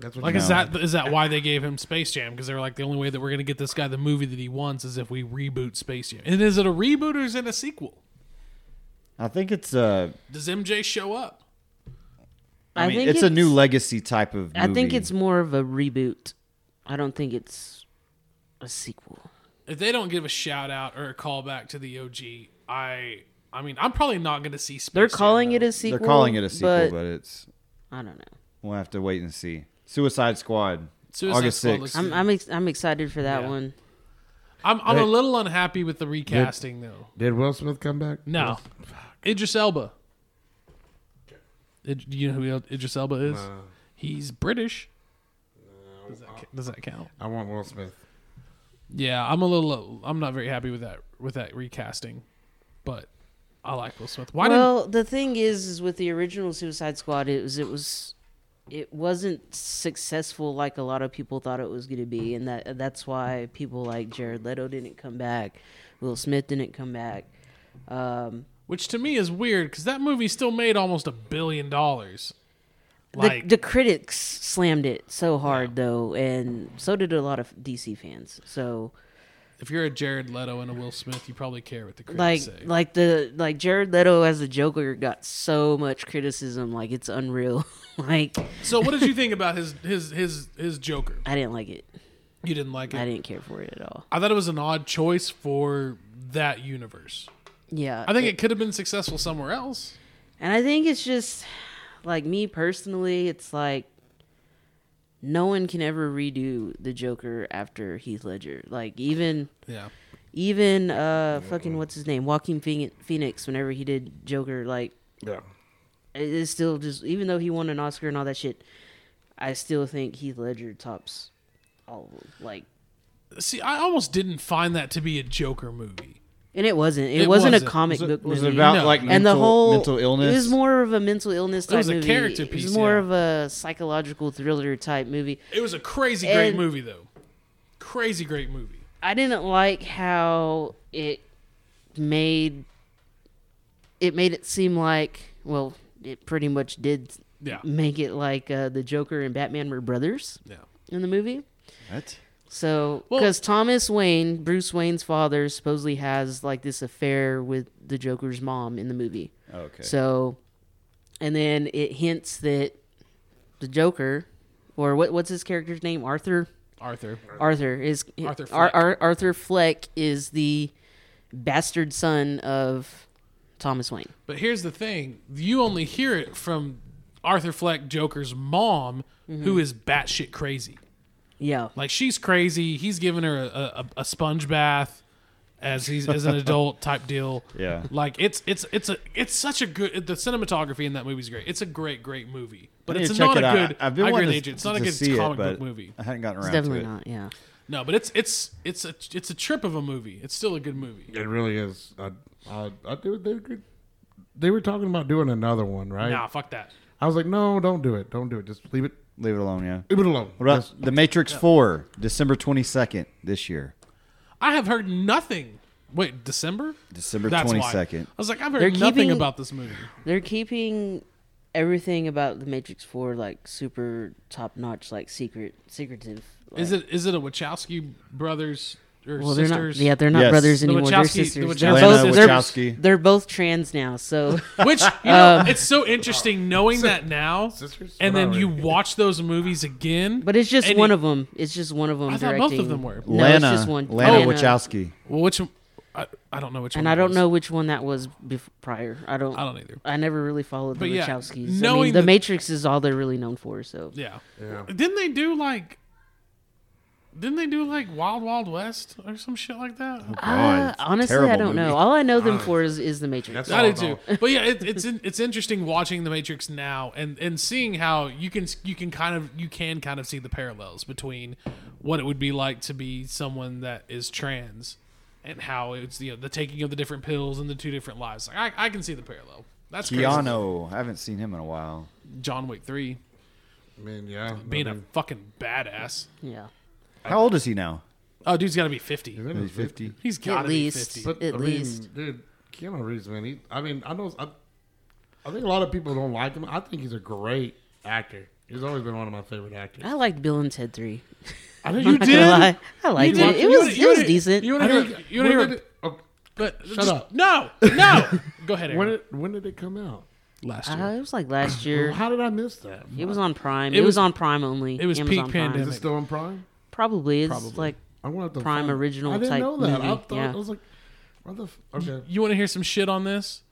B: That's what
C: Like
B: you
C: is
A: No.
C: that is that why they gave him Space Jam? Because they were like the only way that we're gonna get this guy the movie that he wants is if we reboot Space Jam. And is it a reboot or is it a sequel?
A: I think it's a.
C: Does MJ show up?
A: I
D: I
A: mean,
D: think
A: it's, a
D: it's-
A: new legacy type of.
D: I think
A: movie.
D: it's more of a reboot. I don't think it's a sequel.
C: if they don't give a shout out or a callback to the OG, I I mean I'm probably not going to see. Space
D: They're calling it a
A: They're
D: sequel.
A: calling it a sequel, but,
D: but
A: it's
D: I don't know.
A: we'll have to wait and see. Suicide Squad,
C: Suicide
A: August
C: Squad
A: sixth.
C: looks-
D: I'm I'm, ex- I'm excited for that
C: Yeah.
D: one.
C: I'm I'm a little unhappy with the recasting though.
B: Did Will Smith come back?
C: No, Idris Elba. Id- you know who El- Idris Elba is? He's British. Does that, ca- does that count?
B: I want Will Smith.
C: Yeah, I'm a little. I'm not very happy with that with that recasting, but I like Will Smith. Why didn't
D: well, the thing is, is with the original Suicide Squad, it was it was it wasn't successful like a lot of people thought it was going to be, and that that's why people like Jared Leto didn't come back, Will Smith didn't come back. Um,
C: which to me is weird because that movie still made almost a billion dollars. Like,
D: the, the critics slammed it so hard though, and so did a lot of DC fans. So
C: if you're a Jared Leto and a Will Smith, you probably care what the critics
D: like
C: say.
D: like the like Jared Leto as the Joker got so much criticism, like it's unreal. like
C: so, what did you think about his his his his Joker?
D: I didn't like it.
C: You didn't like it.
D: I didn't care for it at all.
C: I thought it was an odd choice for that universe.
D: Yeah,
C: I think it could have been successful somewhere else.
D: And I think it's just like me personally, it's like no one can ever redo the Joker after Heath Ledger. Like even
C: Yeah.
D: even uh fucking what's his name, Joaquin Phoen- Phoenix. Whenever he did Joker, like
B: Yeah.
D: it is still just even though he won an Oscar and all that shit, I still think Heath Ledger tops all of them. like.
C: See, I almost didn't find that to be a Joker movie.
D: And it wasn't. It,
C: It
D: wasn't,
C: wasn't.
D: a comic
A: Was it,
D: book
A: was it
D: movie.
A: about
C: No.
A: like
C: And
A: mental,
D: and the whole
A: mental illness?
D: It was more of a mental illness type
C: was a
D: movie.
C: character
D: It
C: piece,
D: was more
C: yeah.
D: of a psychological thriller type movie.
C: It was a crazy great
D: And-
C: movie though. Crazy great movie.
D: I didn't like how it made it made it seem like well, it pretty much did
C: Yeah.
D: make it like uh, the Joker and Batman were brothers
C: Yeah.
D: in the movie.
A: What?
D: So,
C: Well-
D: because Thomas Wayne, Bruce Wayne's father, supposedly has like this affair with the Joker's mom in the movie.
A: Okay.
D: So, and then it hints that the Joker, or what what's his character's name, Arthur?
C: Arthur.
D: Arthur is
C: Arthur
D: Ar-
C: Fleck.
D: Ar- Arthur Fleck is the bastard son of Thomas Wayne.
C: But here's the thing: you only hear it from Arthur Fleck Joker's mom,
D: Mm-hmm.
C: who is batshit crazy.
D: Yeah,
C: Like she's crazy. He's giving her a, a, a sponge bath as he's as an adult type deal.
A: Yeah.
C: Like it's it's it's a it's such a good the cinematography in that movie is great. It's a great great movie. But
A: I need to
C: it's
A: check
C: not
A: it
C: a
A: out.
C: good.
A: I've been
C: I agree
A: wanting
C: with
A: to-
C: Adrian, It's not a
A: to
C: good
A: see
C: comic
A: it,
C: book
A: but
C: movie.
A: I hadn't gotten around
D: it's definitely
A: to it.
D: not. Yeah,
C: No, but it's it's it's a it's a trip of a movie. It's still a good movie.
B: It really is. I, I, I they, were- they, were- they were talking about doing another one, right?
C: Nah, fuck that.
B: I was like, no, don't do it. Don't do it. Just leave it.
A: Leave it alone, yeah.
B: Leave it alone.
A: What about
B: Just-
A: The Matrix 4, December 22nd this year.
C: I have heard nothing. Wait, December?
A: December
C: That's why.
A: 22nd.
C: I was like, I've heard
D: They're
C: nothing
D: keeping-
C: about this movie.
D: they're keeping everything about the Matrix Four like super top notch, like secret, secretive. Like,
C: Is it is it a Wachowski brothers or
D: Well, they're not.
C: sisters?
D: Yeah, they're not
A: Yes.
D: brothers
A: The
D: anymore.
C: Wachowski- the
D: they're sisters.
C: Wachowski
D: They're
A: Lana
D: both, they're-
A: Wachowski.
D: they're both trans now. So
C: Which you know,
D: Um,
C: it's so interesting knowing that now,
B: Sisters?
C: and
B: Not
C: then you
B: really.
C: watch those movies again.
D: But it's just
C: and
D: one
C: you-
D: of them. It's just one of them.
C: I thought
D: directing.
C: both of them were.
D: No,
A: Lana,
D: it's just one. Oh,
A: Lana Wachowski.
C: Well, which I, I don't know which, one
D: And I
C: that
D: don't
C: was.
D: know which one that was bef- prior. I don't.
C: I don't either.
D: I never really followed
C: But
D: the
C: yeah,
D: Wachowskis. I
C: knowing
D: mean, the
C: that-
D: Matrix is all they're really known for.
A: Oh,
D: So
C: Yeah.
B: Yeah.
C: Didn't they do like? Didn't they do like Wild Wild West or some shit like that?
A: God,
D: Uh,
A: it's a
D: honestly, I
A: terrible
D: don't know.
A: movie.
D: All I know
C: Ah.
D: them for is, is the Matrix.
B: That's
C: I
B: all
C: do too. But yeah, it, it's in, it's interesting watching The Matrix now and and seeing how you can you can kind of you can kind of see the parallels between what it would be like to be someone that is trans and how it's you know the taking of the different pills and the two different lives. Like I, I can see the parallel. That's crazy.
A: Keanu. I haven't seen him in a while.
C: John Wick three
B: I mean, yeah.
C: being a fucking badass.
D: yeah.
A: How old is he now?
C: Oh, dude's got to be fifty.
B: a
A: He's 50.
C: He's got to be
D: least.
C: fifty.
B: But
D: At
B: I
D: least.
B: mean, dude, Keanu Reeves, man. He, I mean, I know. I, I think a lot of people don't like him. I think he's a great actor. He's always been one of my favorite actors.
D: I liked Bill and Ted Three.
B: I know
C: You
D: Not
C: did?
D: gonna lie. I liked
C: did.
D: it. It
C: You
D: was
C: wanna-
D: it
C: you
D: was
C: wanna-
D: decent.
C: you
D: You
C: wanna-
B: I didn't-
C: You wanna
B: when
C: hear-
B: did it- oh,
C: But shut
B: up.
C: No, no. Go ahead, Aaron.
B: when did when did it come out?
C: Last
D: uh, it was like last year.
B: How did I miss that?
D: It was on Prime.
C: It
D: It, was,
C: was-
D: on Prime only.
C: it was peak
D: Amazon Prime.
B: Is it
C: pandemic.
B: still on Prime?
D: Probably. It's
C: Probably.
D: like
B: I'm gonna have to
D: Prime
B: find it.
D: original
B: I didn't
D: type
B: know that. I
D: movie,
B: thought
D: yeah.
B: I was like, what the? F- okay.
C: You want to hear some shit on this?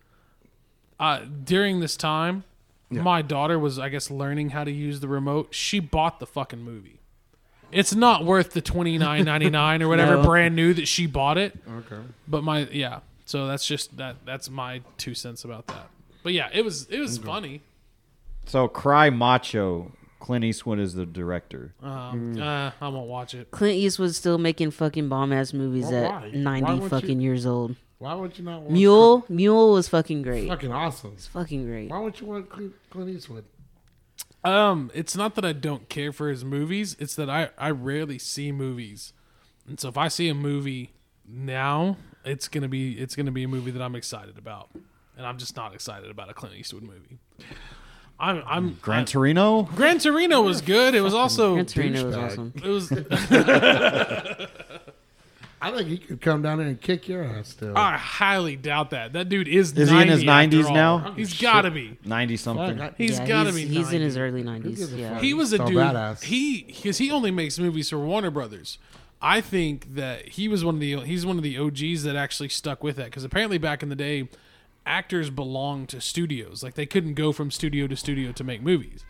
C: Uh, during this time, my daughter was, I guess, learning how to use the remote. She bought the fucking movie. It's not worth the twenty nine ninety nine or whatever
D: No.
C: brand new that she bought it.
B: Okay.
C: But my yeah, so that's just that. That's my two cents about that. But yeah, it was it was funny.
A: So Cry Macho. Clint Eastwood is the director.
C: Um, uh, I won't watch it.
D: Clint Eastwood's still making fucking bomb ass movies
B: Well,
D: at
B: why? Why
D: ninety
B: would
D: fucking years old.
B: Why would you not want
D: Mule, Mule was fucking great.
B: Fucking awesome.
D: Fucking great.
B: Why would you want Clint, Clint Eastwood?
C: Um, it's not that I don't care for his movies. It's that I I rarely see movies, and so if I see a movie now it's gonna be it's gonna be a movie that I'm excited about, and I'm just not excited about a Clint Eastwood movie. I'm I'm
A: Gran
C: I'm-
A: Torino.
C: Gran Torino was good. It was also
D: Gran Torino was
B: douchebag.
D: awesome.
C: It was
B: I think he could come down there and kick your ass still.
C: I highly doubt that. That dude is.
A: Is he in his
C: 90
A: 90s
C: after all.
A: now?
C: He's got to be.
A: Ninety something.
B: Fuck, I-
C: He's
D: yeah,
C: got to
D: he's,
C: be.
D: he's in
C: 90.
D: his early
B: gives
D: nineties.
B: a
D: Yeah,
B: fuck?
C: He was a
B: So
C: dude.
B: badass.
C: He because he only makes movies for Warner Brothers. I think that he was one of the he's one of the OGs that actually stuck with that because apparently back in the day, actors belonged to studios. Like they couldn't go from studio to studio to make movies.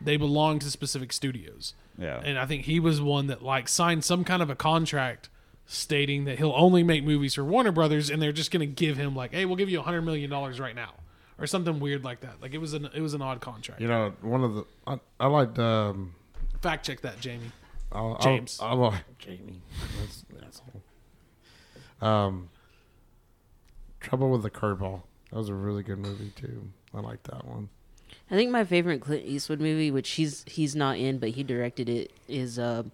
C: They belonged to specific studios.
A: Yeah.
C: And I think he was one that like signed some kind of a contract stating that he'll only make movies for Warner Brothers and they're just going to give him like, "Hey, we'll give you a 100 million dollars right now." Or something weird like that. Like it was an it was an odd contract.
B: You know, one of the I, I liked um,
C: Fact check that, Jamie.
B: I,
C: James.
B: I, I like Jamie. That's, that's all. Um, Trouble with the Curveball. That was a really good movie too. I like that one.
D: I think my favorite Clint Eastwood movie, which he's he's not in, but he directed it, is uh,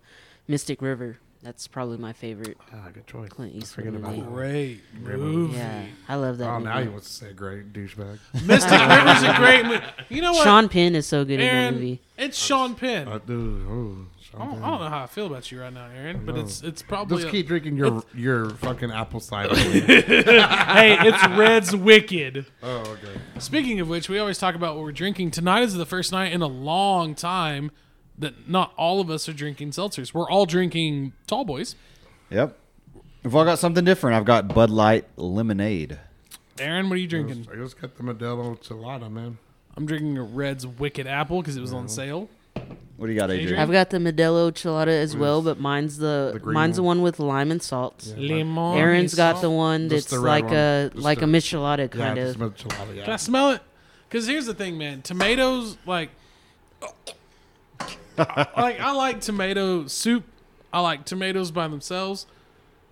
D: Mystic River. That's probably my favorite.
B: Ah, good choice.
D: Clint
B: I
D: Eastwood
B: forget about
D: movie.
B: that.
C: Great
B: Great
C: movie.
D: Yeah, I love that.
B: Oh,
D: movie.
B: now you want to say great douchebag.
C: Mystic River's a great movie. You know what,
D: Sean Penn is so good in that
C: Aaron?
D: movie.
C: It's Sean Penn.
B: Uh,
C: I
B: dude, ooh, Sean
C: don't, I
B: Penn.
C: don't know how I feel about you right now, Aaron, but
B: know.
C: it's it's probably
B: Just
C: a-
B: keep drinking your your fucking apple cider.
C: hey, it's Red's Wicked.
B: oh, okay.
C: Speaking of which, we always talk about what we're drinking. Tonight is the first night in a long time that not all of us are drinking seltzers. We're all drinking Tall Boys.
A: Yep. I've all got something different. I've got Bud Light lemonade.
C: Aaron, what are you
B: I just,
C: drinking?
B: I just got the Modelo Enchilada, man.
C: I'm drinking a Red's Wicked Apple because it was on sale.
A: What do you got, Adrian?
D: I've got the Modelo Chilada as well, but mine's the,
B: The green
D: mine's the one with lime and salt.
C: Lemon.
D: Aaron's got the one
B: Just the
D: that's
B: red
D: like
B: one.
D: a
B: Just
D: like
B: the-
D: a michelada
B: Yeah,
D: kind
B: just
D: of.
B: Enchilada.
C: Can I
B: Yeah.
C: smell it? Because here's the thing, man. Tomatoes, like, like I like tomato soup. I like tomatoes by themselves,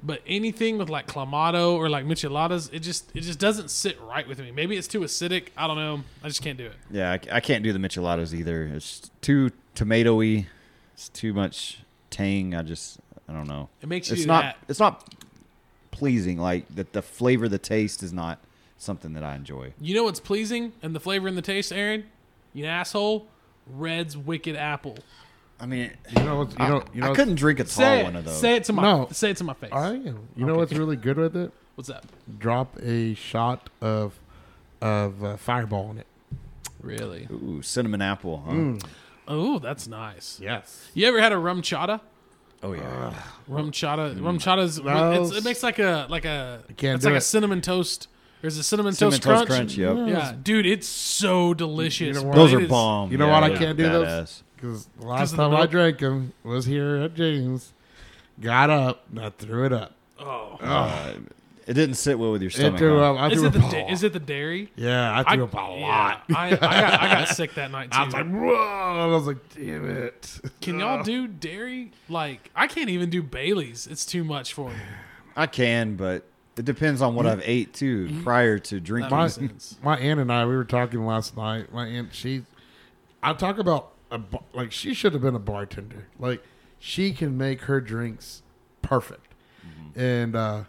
C: but anything with like clamato or like micheladas, it just it just doesn't sit right with me. Maybe it's too acidic. I don't know. I just can't do it.
A: Yeah, I, c- I can't do the micheladas either. It's too tomatoey. It's too much tang. I just I don't know.
C: It makes you
A: It's
C: do
A: not
C: that.
A: it's not pleasing. Like the the flavor, the taste is not something that I enjoy.
C: You know what's pleasing and the flavor and the taste, Aaron? You asshole. Red's wicked apple.
A: I mean,
B: You know what's you know you know
A: I
B: what's-
A: couldn't drink a tall
C: Say
A: one of
C: it.
A: those.
C: Say it to my
B: No.
C: say it to my face.
B: I am. You know what's really good with it?
C: What's up?
B: Drop a shot of of uh, Fireball in it.
C: Really?
A: Ooh, cinnamon apple. Huh?
C: Oh, that's nice.
B: Yes.
C: You ever had a rum chata?
A: Oh yeah.
C: Rum chata. Rum chata's.
B: No.
C: It's, it makes like a like a.
B: Mm. can't
C: it's
B: do
C: like a
B: it.
C: cinnamon toast. There's a cinnamon,
A: Cinnamon
C: toast,
A: toast crunch,
C: crunch.
A: yep.
C: Yeah, dude, it's so delicious.
B: know
C: bro.
B: what?
A: Those
C: It
A: are
C: is-
A: bomb.
B: You know
A: Yeah,
B: what? I
A: those are
B: can't do
A: badass.
B: those because the
C: of
B: last
C: the
B: time I
C: milk?
B: drank them was here at James. Got up and I threw it up.
C: Oh.
A: It didn't sit well with your stomach.
B: it threw
A: huh?
B: up. I
C: Is
B: threw
C: it the
B: up a
C: da-
B: lot.
C: is it the dairy?
B: Yeah, I threw up a
C: yeah.
B: lot.
C: I, I, got, I got sick that night too.
B: I was like, whoa! And I was like, damn it.
C: Can y'all do dairy? Like, I can't even do Bailey's. It's too much for me.
A: I can, but it depends on what I've ate too prior to drinking.
C: That makes sense.
B: Mm-hmm. my aunt and I, we were talking last night. My aunt, she, I talk about a ba- like she should have been a bartender. Like she can make her drinks perfect. And uh,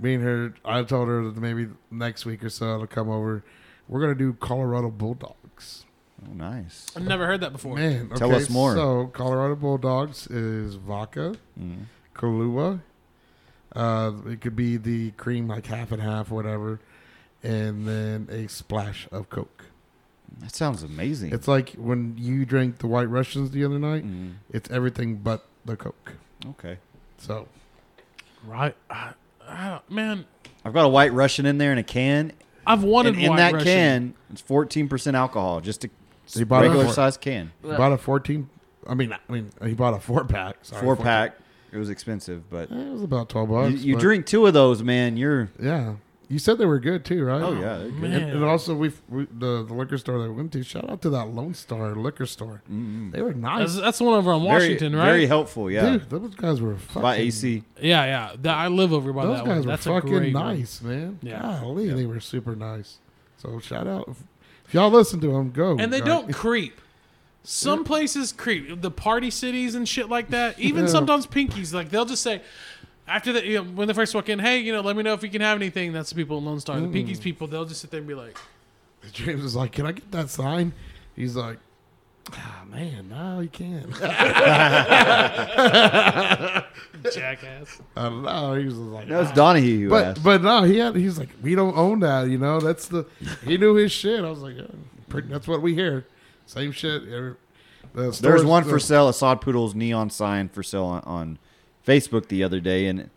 B: me and her, I told her that maybe next week or so to come over. We're gonna do Colorado Bulldogs.
A: Oh, nice.
C: I've never heard that before.
B: Man,
A: Tell
B: okay,
A: us more.
B: So Colorado Bulldogs is vodka,
A: Mhm.
B: Kahlua. Uh, it could be the cream like half and half, whatever, and then a splash of Coke.
A: That sounds amazing.
B: It's like when you drank the White Russians the other night.
A: Mhm.
B: It's everything but the Coke.
A: Okay.
B: So
C: Right? I, I don't, man,
A: I've got a white Russian in there in a can,
C: I've wanted
A: and in
C: White
A: that
C: Russian.
A: can, it's fourteen percent alcohol, just a
B: he bought
A: regular
B: a four,
A: size can,
B: he
D: Well-
B: bought a fourteen. I mean, I mean, he bought a four pack. Sorry,
A: four
B: 14.
A: pack. It was expensive, but
B: Eh, It was about twelve
A: you,
B: bucks.
A: you
B: but-
A: drink two of those, man. You're
B: Yeah, you said they were good too, right?
A: oh yeah, they're good.
C: Man.
B: And, and also, we, we the, the liquor store that we went to. Shout out to that Lone Star liquor store. They were
C: That's,
B: nice,
C: that's the one over on Washington,
A: very,
C: right?
A: Very helpful, yeah.
B: dude. Those guys were fucking.
A: By AC,
C: Yeah, yeah. That, I live over by
B: Those
C: Oh, that
B: guys
C: one.
B: were
C: That's a
B: fucking
C: great
B: nice, man.
C: Yeah.
B: Golly, they were super nice. So shout out if, if y'all listen to them, go.
C: One. And they
B: All
C: don't
B: right.
C: creep. Some places creep. The party cities and shit like that. Even
B: Yeah.
C: sometimes pinkies, like they'll just say, after that, you know, when they first walk in, hey, you know, let me know if you can have anything. That's the people in Lone Star. The Peakies people, they'll just sit there and be like,
B: James is like, "Can I get that sign?" He's like, "Ah, man, no, you can't."
C: jackass.
B: I don't know. He was just like,
A: That was Donahue who
B: but
A: asked.
B: but no, he had. He's like, "We don't own that." You know, that's the. He knew his shit. I was like, "Yeah, pretty, "That's what we hear." Same shit. Every- the
A: There's
B: stores-
A: one for
B: the-
A: sale, a sod poodle's neon sign for sale on, on Facebook the other day, and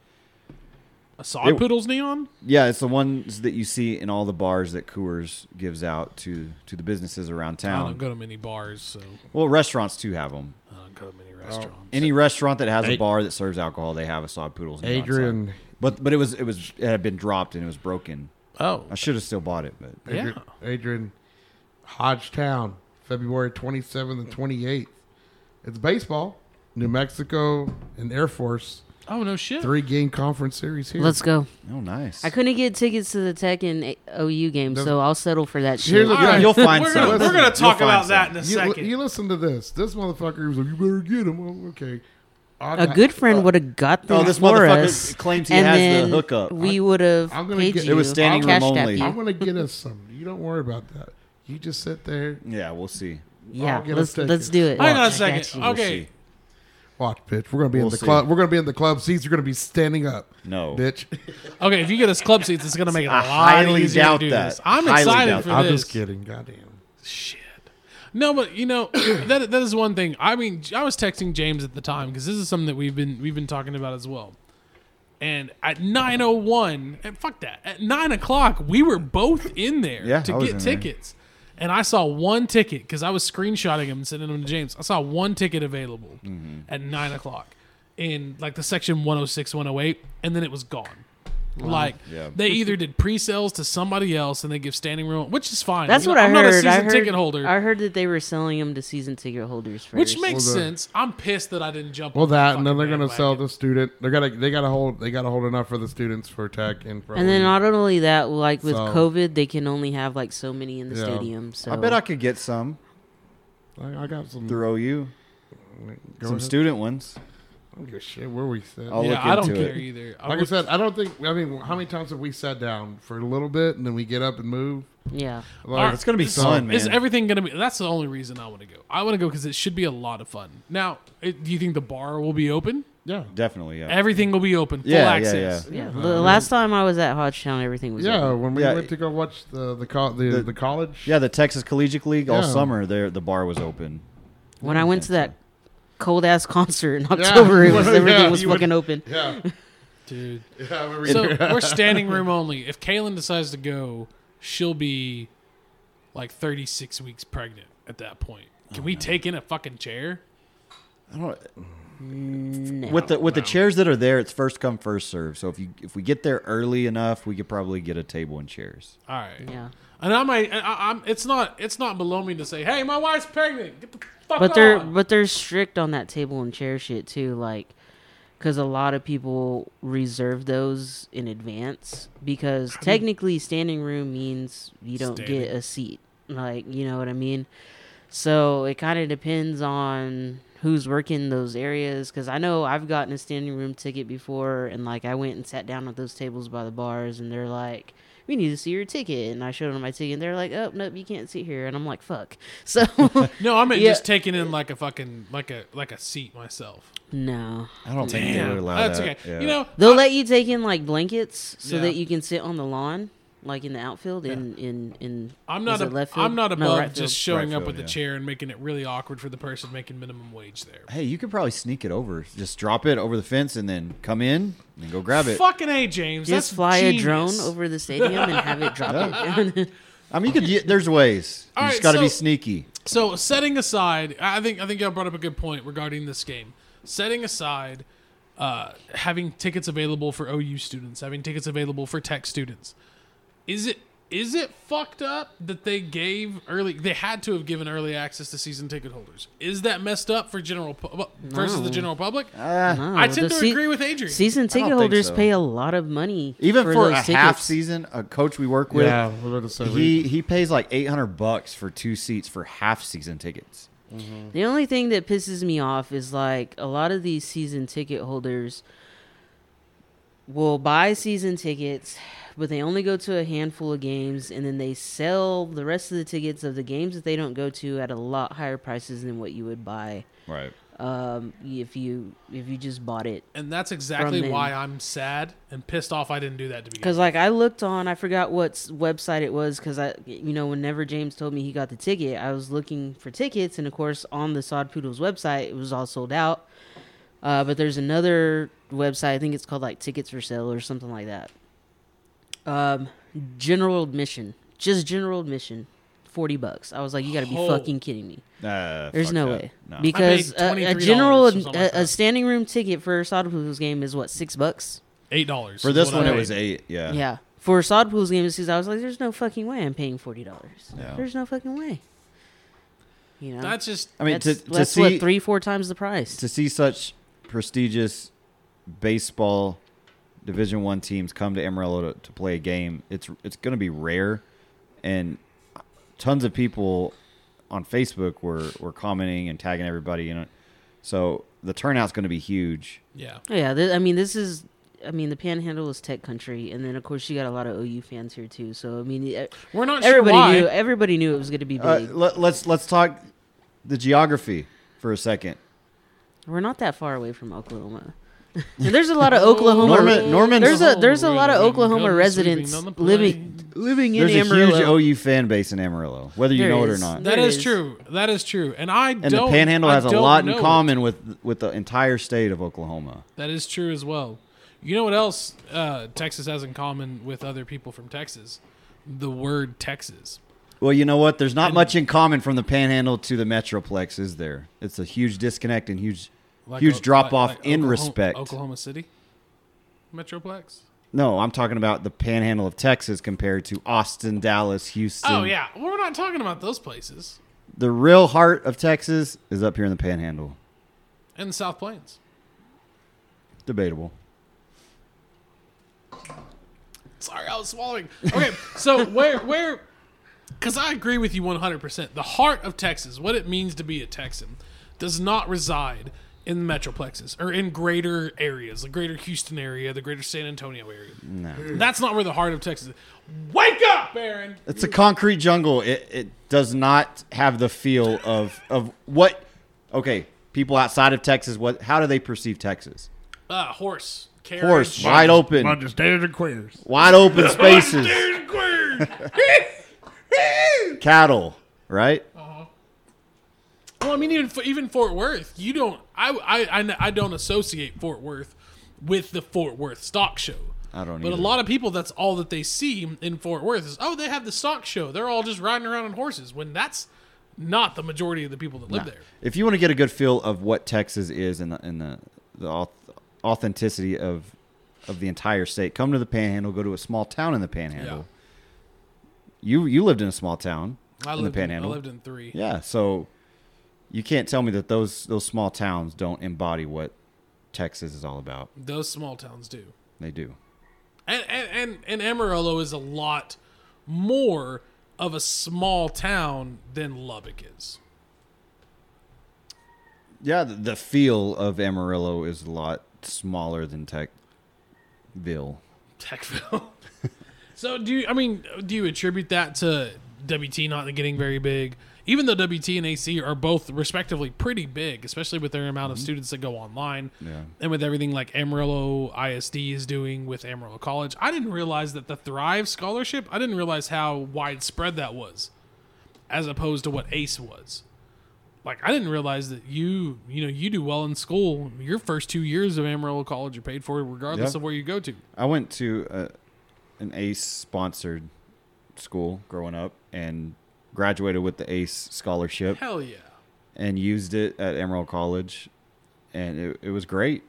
C: A sod
A: It-
C: poodle's neon?
A: yeah, it's the ones that you see in all the bars that Coors gives out to to the businesses around
C: I don't
A: town.
C: go to many bars, so
A: Well, restaurants too have them.
C: I don't go to many restaurants.
A: Oh, Any restaurant that has a
B: Ad-
A: bar that serves alcohol, they have a sod poodle's. neon sign.
B: Adrian.
A: but but it was it was it had been dropped and it was broken.
C: Oh,
A: I should have still bought it, but
C: yeah.
B: Adrian, Adrian Hodgetown, February 27th and 28th. It's baseball. New Mexico and Air Force
C: Oh no shit.
B: three game conference series here.
D: Let's go.
A: oh nice.
D: I couldn't get tickets to the Tech and A- OU game, so I'll settle for that
B: Here's
D: shit.
B: the
C: All right,
A: You'll find
C: we're
A: some.
C: Gonna, we're gonna
A: You'll
C: talk
A: find
C: about
A: some.
C: that in a
B: you,
C: second.
B: you listen to this. This motherfucker was like, "You better get him." Well, okay, I
D: A
B: got-
D: good friend would have got them
A: oh, this
D: for
A: motherfucker
D: us,
A: claims he
D: and
A: has the
D: then
A: hookup.
D: We would have
B: I'm gonna
D: paid
B: get-
D: you.
B: It was
A: standing
D: cashed
A: room
D: at
A: only.
D: you.
B: I'm gonna get us some. You don't worry about that. You just sit there,
A: yeah, we'll see.
D: Yeah,
B: I'll get us
D: let's
B: tickets.
D: let's do it.
C: Hang on
D: I
C: a
D: got
C: second.
D: you.
C: Okay,
B: watch, bitch. We're gonna be
A: We'll
B: in the
A: see.
B: club. We're gonna be in the club seats. You're gonna be standing up.
A: No.
B: bitch.
C: okay. If you get us club seats, it's gonna make it a
A: I
C: lot
A: highly
C: easier
A: doubt
C: to do
A: that.
C: this. I'm
A: Highly
C: excited
A: doubt
C: for
A: that.
B: I'm
C: this.
B: just kidding. Goddamn.
C: Shit. No, but you know that that is one thing. I mean, I was texting James at the time because this is something that we've been we've been talking about as well. And at nine oh one, and fuck that, at nine o'clock, we were both in there
A: Yeah, I
C: to
A: was
C: get
A: in there.
C: tickets. And I saw one ticket because I was screenshotting him and sending them to James. I saw one ticket available
A: Mm-hmm.
C: at nine o'clock in like the section 106, 108, and then it was gone. Like
A: Yeah.
C: they either did pre-sales to somebody else and they give standing room, which is fine.
D: That's
C: I'm
D: what
C: not-
D: I
C: I'm
D: heard.
C: not a season
D: I heard,
C: ticket holder.
D: I heard that they were selling them to season ticket holders first.
C: Which makes
B: Well, the-
C: sense. I'm pissed that I didn't jump.
B: Well,
C: on the
B: that and then they're
C: fucking
B: gonna sell
C: bandwagon.
B: the student. They gotta they gotta hold they gotta hold enough for the students for tech and for
D: And then not only that, like with
B: So-
D: COVID, they can only have like so many in the
B: Yeah.
D: stadium. So
A: I bet I could get some
B: I, I got some.
A: through OU,
B: go
A: some
B: ahead.
A: student ones.
B: I don't give a shit where we sit.
A: I'll look
C: Yeah, I don't
A: into
C: care
A: it.
C: either.
B: like I
C: would-
B: said, I don't think. I mean, how many times have we sat down for a little bit and then we get up and move?
D: yeah.
B: Like,
A: It's gonna be
C: So,
A: fun, man.
C: Is everything gonna be? That's the only reason I want to go. I want to go because it should be a lot of fun. Now, it, do you think the bar will be open?
B: yeah,
A: Definitely, yeah.
C: Everything will be open, full
A: Yeah, yeah,
C: access.
A: yeah.
D: Yeah. The last time I was at Hodgetown, everything was
B: yeah.
D: open.
B: When we
A: Yeah.
B: went to go watch the the co- the,
A: The-
B: the college,
A: yeah, the Texas Collegiate League all
B: Yeah.
A: summer. There, the bar was open.
D: When I went to that cold ass concert in
B: Yeah.
D: October, it was
B: Yeah,
D: everything was
B: you would-
D: fucking open.
B: yeah,
C: Dude,
B: yeah. I remember
C: so
B: you-
C: we're standing room only. If Kaylin decides to go, she'll be like 36 weeks pregnant at that point. Can
B: Oh,
C: we take in a fucking chair?
A: I don't,
D: No.
A: with the with the chairs that are there, it's first come first serve. So if you if we get there early enough, we could probably get a table and chairs.
C: All right.
D: yeah.
C: And I might. and I, I'm. It's not. It's not below me to say, "Hey, my wife's pregnant. Get the fuck
D: But they're
C: on."
D: but they're strict on that table and chair shit too, like because a lot of people reserve those in advance because technically standing room means you don't get
C: Standing.
D: a seat, like you know what I mean. So it kind of depends on who's working those areas because I know I've gotten a standing room ticket before and like I went and sat down at those tables by the bars and they're like. We need to see your ticket, and I showed them my ticket, and they're like, "Oh, nope, you can't sit here," and I'm like, "Fuck." So
C: no, I meant
D: Yeah.
C: just taking in like a fucking like a like a seat myself.
D: no,
A: I don't think they would
C: Damn,
A: allow
C: that's
A: that.
C: okay.
A: Yeah.
C: You know,
D: They'll let you take in like blankets so
C: Yeah.
D: that you can sit on the lawn, like in the outfield, in in in.
C: I'm
D: is
C: not.
D: it
C: A,
D: left field?
C: I'm not
D: No,
C: above
D: right
C: just
A: field.
C: showing
A: Right
C: up with
A: field,
C: a
A: yeah.
C: chair and making it really awkward for the person making minimum wage there.
A: hey, you could probably sneak it over. Just drop it over the fence and then come in and go grab it.
C: Fucking a James.
D: Just
C: that's
D: fly
C: genius.
D: a drone over the stadium and have it drop it down.
A: I mean, you could. There's ways. You
C: All
A: just
C: right,
A: got to be
C: so-
A: sneaky.
C: So setting aside, I think I think y'all brought up a good point regarding this game. Setting aside uh, having tickets available for OU students, having tickets available for Tech students, is it is it fucked up that they gave early? They had to have given early access to season ticket holders. Is that messed up for general pu- versus the
D: No.
C: general public?
A: Uh,
D: No,
C: I tend
D: the
C: to
D: se-
C: agree with Adrian.
D: Season ticket
A: think
D: holders
A: so.
D: pay a lot of money,
A: Even for,
D: for,
A: a
D: those tickets.
A: half season, a coach we work with,
B: yeah. we're gonna say we-
A: he he pays like 800 bucks for two seats for half season tickets.
D: The only thing that pisses me off is like a lot of these season ticket holders will buy season tickets, but they only go to a handful of games, and then they sell the rest of the tickets of the games that they don't go to at a lot higher prices than what you would buy
A: Right.
D: um, if you if you just bought it.
C: And that's exactly
D: them.
C: why I'm sad and pissed off I didn't do that to begin
D: Because like I looked on, I forgot what s- website it was. Because I, you know, whenever James told me he got the ticket, I was looking for tickets, and of course, on the Sod Poodles website, it was all sold out. Uh, but there's another website. I think it's called like Tickets for Sale or something like that. Um, general admission, just general admission, forty bucks. I was like, you got to be
C: Oh.
D: fucking kidding me.
A: Uh,
D: There's
A: fuck
D: no
A: that.
D: way
A: No.
D: because
C: I
D: a,
C: paid
D: a
C: $23
D: general
C: or
D: ad-
C: something like
D: a, a
C: that.
D: standing room ticket for a Sod Poodles game is what six bucks.
C: with. Eight dollars
A: For this one, it was eight. Yeah.
D: Yeah. For Sod Pool's game this season, I was like, there's no fucking way I'm paying forty dollars.
A: Yeah.
D: There's no fucking way. You know
C: That's just
A: I mean, to,
D: that's,
A: to
D: that's
A: see
D: what, three, four times the price.
A: to see such prestigious baseball Division One teams come to Amarillo to, to play a game, it's it's going to be rare, and tons of people on Facebook were were commenting and tagging everybody. You know, so the turnout's going to be huge.
C: yeah.
D: Oh, yeah, th- I mean this is I mean the panhandle is tech country and then of course you got a lot of OU fans here too. So I mean e-
C: We're not
D: everybody
C: sure why.
D: knew everybody knew it was gonna be big.
A: Uh, let, let's let's talk the geography for a second.
D: We're not that far away from Oklahoma. And there's a lot
C: Oh,
D: of Oklahoma
A: Norman- Norman's-
D: there's a there's a lot of
C: Norman
D: Oklahoma
C: comes
D: residents
C: sweeping on the
D: living
C: plane.
D: living in
A: There's a
D: Amarillo.
A: huge OU fan base in Amarillo, whether you
D: There
A: know
D: is.
A: it or not.
C: That
D: There it
C: is
D: is.
C: true. That is true. And I
A: And
C: don't.
A: the Panhandle
C: I
A: has a
C: don't
A: lot in
C: know.
A: common with with the entire state of Oklahoma.
C: That is true as well. You know what else uh, Texas has in common with other people from Texas? The word Texas.
A: Well, you know what? There's not much in common from the Panhandle to the Metroplex, is there? It's a huge disconnect and huge,
C: Like
A: huge
C: O-
A: drop off
C: like- like
A: in
C: Oklahoma-
A: respect.
C: Oklahoma City, Metroplex.
A: No, I'm talking about the Panhandle of Texas compared to Austin, Dallas, Houston.
C: Oh yeah, well, we're not talking about those places
A: The real heart of Texas is up here in the Panhandle.
C: and the South Plains.
A: Debatable.
C: Sorry, I was swallowing. Okay, so where where? Because I agree with you one hundred percent. The heart of Texas, what it means to be a Texan, does not reside in the metroplexes or in greater areas, the greater Houston area, the greater San Antonio area. No, that's not where the heart of Texas. is. Wake up, Aaron.
A: It's a concrete jungle. It, it does not have the feel of of what. Okay, people outside of Texas, what? How do they perceive Texas?
C: Uh, horse, carriage.
A: Horse wide open,
B: Bunch of standard and queers.
A: wide open spaces, cattle, right?
C: Well, I mean, even even Fort Worth, you don't. I I I, I don't associate Fort Worth with the Fort Worth stock show.
A: I don't
C: But
A: either.
C: a lot of people, that's all that they see in Fort Worth is, oh, they have the stock show. They're all just riding around on horses. When that's not the majority of the people that live there.
A: If you want to get a good feel of what Texas is and the, and the the auth- authenticity of of the entire state, come to the Panhandle. Go to a small town in the Panhandle. You you lived in a small town
C: I
A: in
C: lived
A: the Panhandle.
C: In, I lived in three.
A: yeah, so you can't tell me that those those small towns don't embody what Texas is all about.
C: Those small towns do.
A: They do.
C: and and and, and Amarillo is a lot more of a small town than Lubbock is.
A: Yeah, the, the feel of Amarillo is a lot smaller than Techville.
C: Techville. so do you? I mean, do you attribute that to WT not getting very big? Even though WT and AC are both respectively pretty big, especially with their amount of students that go online,
A: Mm-hmm. Yeah.
C: and with everything like Amarillo ISD is doing with Amarillo College, I didn't realize that the Thrive scholarship. I didn't realize how widespread that was, as opposed to what ACE was. Like I didn't realize that you, you know, you do well in school. Your first two years of Amarillo College are paid for, regardless
A: Yeah.
C: of where you go to.
A: I went to uh an ACE sponsored school growing up and graduated with the ACE scholarship
C: Hell yeah.
A: and used it at Emerald College, and it, it was great,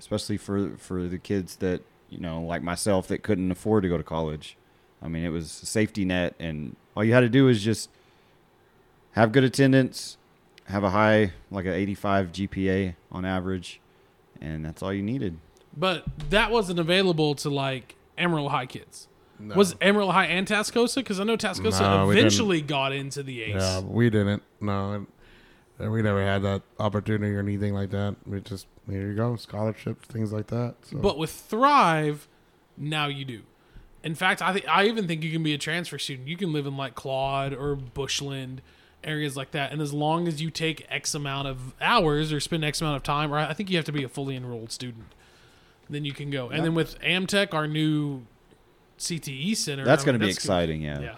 A: especially for for the kids that you know like myself that couldn't afford to go to college. I mean, it was a safety net, and all you had to do was just have good attendance, have a high like an 85 GPA on average, and that's all you needed.
C: But that wasn't available to like Emerald High kids. Was Emerald High and Tascosa? Because I know Tascosa
B: No, we didn't.
C: eventually got into the ace.
B: Yeah, we didn't. No, and- and we never had that opportunity or anything like that. We just There you go, scholarships, things like that. So.
C: But with Thrive, now you do. In fact, I think I even think you can be a transfer student. You can live in like Claude or Bushland areas like that, and as long as you take X amount of hours or spend X amount of time, or I think you have to be a fully enrolled student, then you can go. And then with Amtech, our new CTE center,
A: That's
C: I
A: going
C: mean,
A: to be
C: that's gonna-
A: exciting. Yeah.
C: yeah.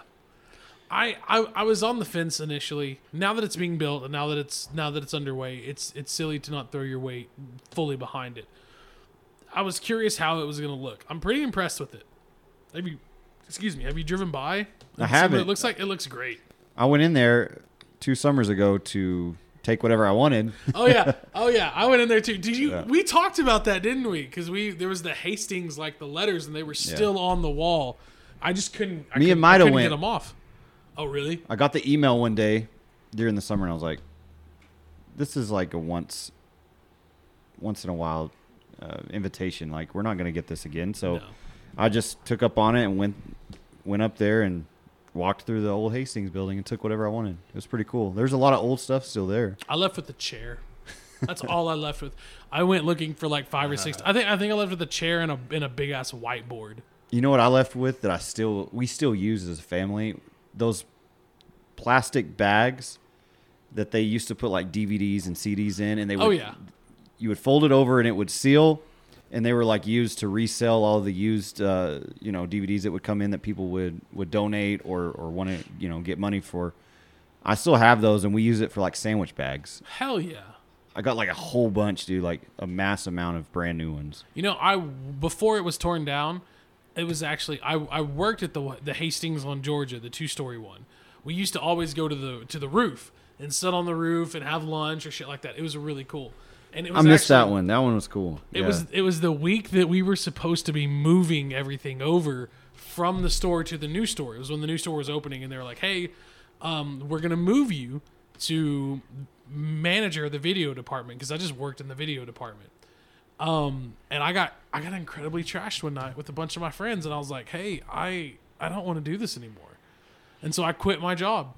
C: I, I I was on the fence initially. Now that it's being built and now that it's now that it's underway, it's it's silly to not throw your weight fully behind it. I was curious how it was going to look. I'm pretty impressed with it. Have you excuse me, have you driven by? and seen what
A: haven't.
C: It looks like it looks great.
A: I went in there two summers ago to take whatever I wanted.
C: Oh yeah. Oh yeah. I went in there too. Did you
A: Yeah.
C: we talked about that, didn't we? Cuz we there was the Hastings like the letters and they were still on the wall. I just couldn't I
A: Me and
C: couldn't, I
A: Maida
C: couldn't
A: went.
C: get them off. Oh really?
A: I got the email one day during the summer, and I was like, "This is like a once, once in a while uh, invitation. Like we're not gonna get this again." So
C: No.
A: I just took up on it and went went up there and walked through the old Hastings building and took whatever I wanted. It was pretty cool. There's a lot of old stuff still there.
C: I left with the chair. That's all I left with. I went looking for like five or six.
A: Uh-huh.
C: I think I think I left with a chair and a and a big ass whiteboard.
A: You know what I left with that I still we still use as a family those plastic bags that they used to put like DVDs and CDs in, and they would
C: Oh yeah,
A: you would fold it over and it would seal and they were like used to resell all the used uh, you know DVDs that would come in that people would would donate or or want to you know get money for. I still have those and we use it for like sandwich bags.
C: hell yeah.
A: I got like a whole bunch, dude, like a mass amount of brand new ones.
C: You know, I before it was torn down, it was actually I, I worked at the the Hastings on Georgia, the two story one. We used to always go to the to the roof and sit on the roof and have lunch or shit like that. It was really cool. And it
A: I
C: was
A: missed
C: actually-
A: that one. That one was cool.
C: It
A: Yeah.
C: was it was the week that we were supposed to be moving everything over from the store to the new store. It was when the new store was opening, and they were like, "Hey, um, we're gonna move you to manager of the video department because I just worked in the video department." Um, and I got I got incredibly trashed one night with a bunch of my friends, and I was like, "Hey, I I don't want to do this anymore," and so I quit my job.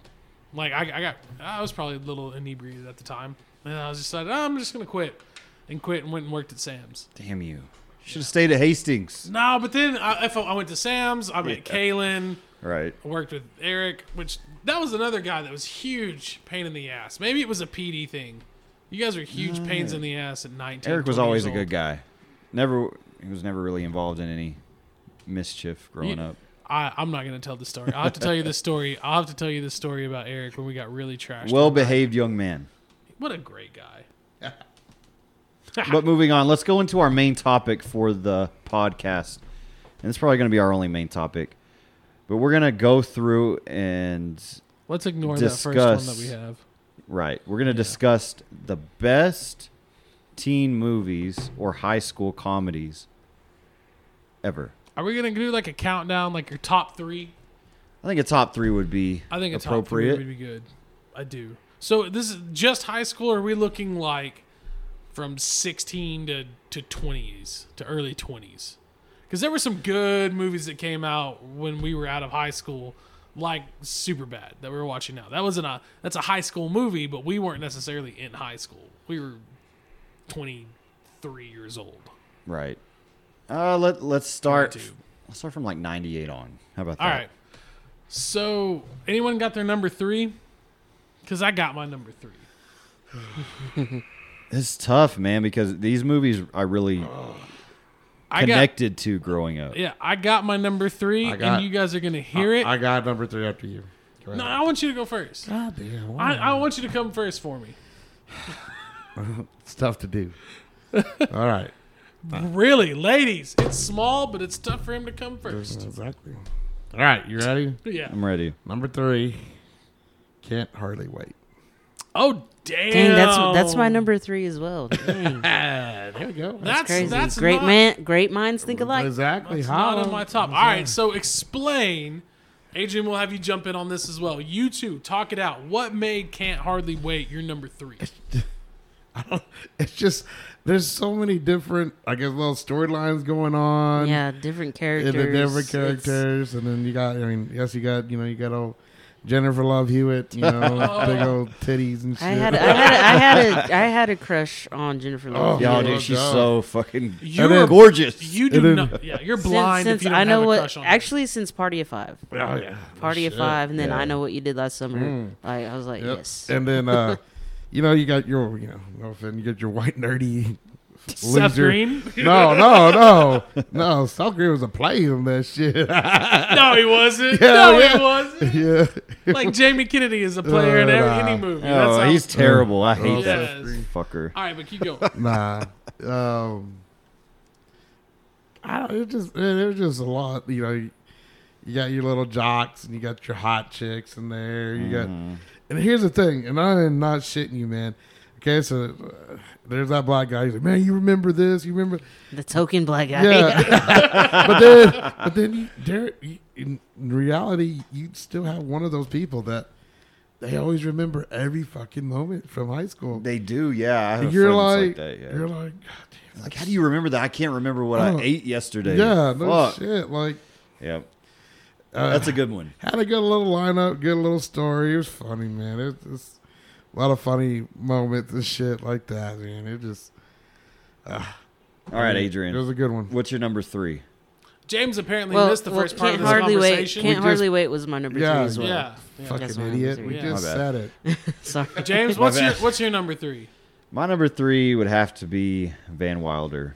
C: Like I, I got I was probably a little inebriated at the time, and I was just like, "Oh, "I'm just gonna quit." And quit and went and worked at Sam's.
A: Damn you. Should have stayed at Hastings.
C: No, but then I, if I, I went to Sam's. I met
A: Yeah.
C: Kalen.
A: Right.
C: I worked with Eric, which that was another guy that was huge pain in the ass. Maybe it was a PD thing. You guys are huge pains in the ass at 19.
A: Mm. Eric was
C: 20
A: always
C: years
A: a
C: old.
A: good guy. Never he was never really involved in any mischief growing
C: Yeah.
A: up.
C: I, I'm not going to tell the story. I'll have to tell you this story. I'll have to tell you this story about Eric when we got really trashed.
A: Well behaved young man.
C: What a great guy.
A: but moving on, let's go into our main topic for the podcast. And it's probably going to be our only main topic. But we're going to go through and
C: Let's ignore that first one
A: Discuss.
C: that we have.
A: right, we're going to discuss the best teen movies or high school comedies ever.
C: Are we going to do like a countdown, like your top three?
A: I think a top 3 would be
C: I think a top three
A: appropriate.
C: would be good. I do. So this is just high school. Or are we looking like from sixteen to to twenties to early twenties? Because there were some good movies that came out when we were out of high school, like Superbad that we're watching now. That wasn't a that's a high school movie, but we weren't necessarily in high school. We were twenty three years old.
A: right. Uh let let's start
C: Twenty-two.
A: let's start from like 98 on. How about that?
C: All right. So anyone got their number three? Because I got my number three.
A: It's tough, man, because these movies I really
C: I got
A: connected to growing up.
C: Yeah, I got my number three,
B: I got-
C: and you guys are gonna hear it.
B: I, I got number three after you. Go ahead.
C: no, I want you to go first.
B: God damn, why
C: I,
B: not?
C: I want you to come first for me.
B: it's tough to do. All right. Uh.
C: Really, ladies, it's small, but it's tough for him to come first.
B: Exactly. All right, you ready?
C: Yeah.
A: I'm ready.
B: Number three. Can't hardly wait.
C: Oh damn.
D: Dang, that's that's my number three as well. Dang, that's,
B: There you go.
C: That's
D: crazy.
C: That's
D: great
C: not,
D: man, great minds think alike.
B: exactly.
C: It's
B: How?
C: not on my top. All right, so explain. Adrian, we'll have you jump in on this as well. You two, talk it out. What made Can't Hardly Wait your number three?
B: It's just there's so many different, I guess, little storylines going on.
D: Yeah, different
B: And
D: characters.
B: the different
D: It's-
B: characters, and then you got. I mean, yes, you got. You know, you got all Jennifer Love Hewitt, you know, big old titties and shit.
D: I had, a, I had, a, I had a, I had a crush on Jennifer Love.
B: Oh,
D: Hewitt.
A: Yo,
B: Yeah.
A: dude, she's so fucking
C: You're
B: then-
A: gorgeous.
C: You
B: And
C: do
B: then-
C: not. Yeah, you're
D: Since-
C: blind
D: Since,
C: if you don't
D: I know
C: have
D: what,
C: a crush on her.
D: actually, since Party of Five,
B: oh yeah,
D: Party of
B: Shit.
D: Five, and then
A: Yeah.
D: I know what you did last summer. Like, I was like,
B: Yep.
D: yes.
B: And then, uh, you know, you got your, you know, no offense, you got your white nerdy
C: Seth
B: loser.
C: Green?
B: No, no, no, no. South Korea was a play on that shit.
C: No, he wasn't.
B: Yeah,
C: no,
B: yeah.
C: he wasn't.
B: yeah.
C: Like Jamie Kennedy is a player in every, any movie. That's
A: Uh, Oh,
C: how-
A: he's terrible. I hate
C: Yes.
A: that fucker.
C: All right, but keep going.
B: nah. Um, I don't. It just man, it was just a lot. You know, you, you got your little jocks and you got your hot chicks in there. You
A: Mm-hmm.
B: got. And here's the thing, and I am not shitting you, man. Okay, so uh, there's that black guy. He's like, man, you remember this? You remember?
D: The token black guy.
B: Yeah. but then, but then, you, there, you, in reality, you still have one of those people that they always remember every fucking moment from high school.
A: They do, yeah. I have
B: you're
A: friends
B: like,
A: that, yeah.
B: you're like, God damn,
A: Like, how do you remember that? I can't remember what
B: Oh.
A: I ate yesterday.
B: Yeah, no
A: Fuck.
B: shit. Like,
A: Yep.
B: Uh,
A: That's a good one.
B: had a good little lineup, good little story. It was funny, man. It was a lot of funny moments and shit like that, man. It just
A: All right,
B: it was
A: Adrian.
B: a good one.
A: What's your number three?
C: James apparently
D: Well,
C: missed the
D: well,
C: first part of
D: Can't
C: this
D: hardly wait.
C: conversation.
D: Can't hardly wait was my number
B: Yeah.
D: three as well.
C: yeah. yeah.
D: That's
B: Fucking
D: what I was
B: idiot.
D: gonna
B: We
D: say.
B: just
A: My bad.
B: said it.
D: Sorry.
C: James,
A: My
C: what's your
A: bad.
C: what's your number three?
A: My number three would have to be Van Wilder.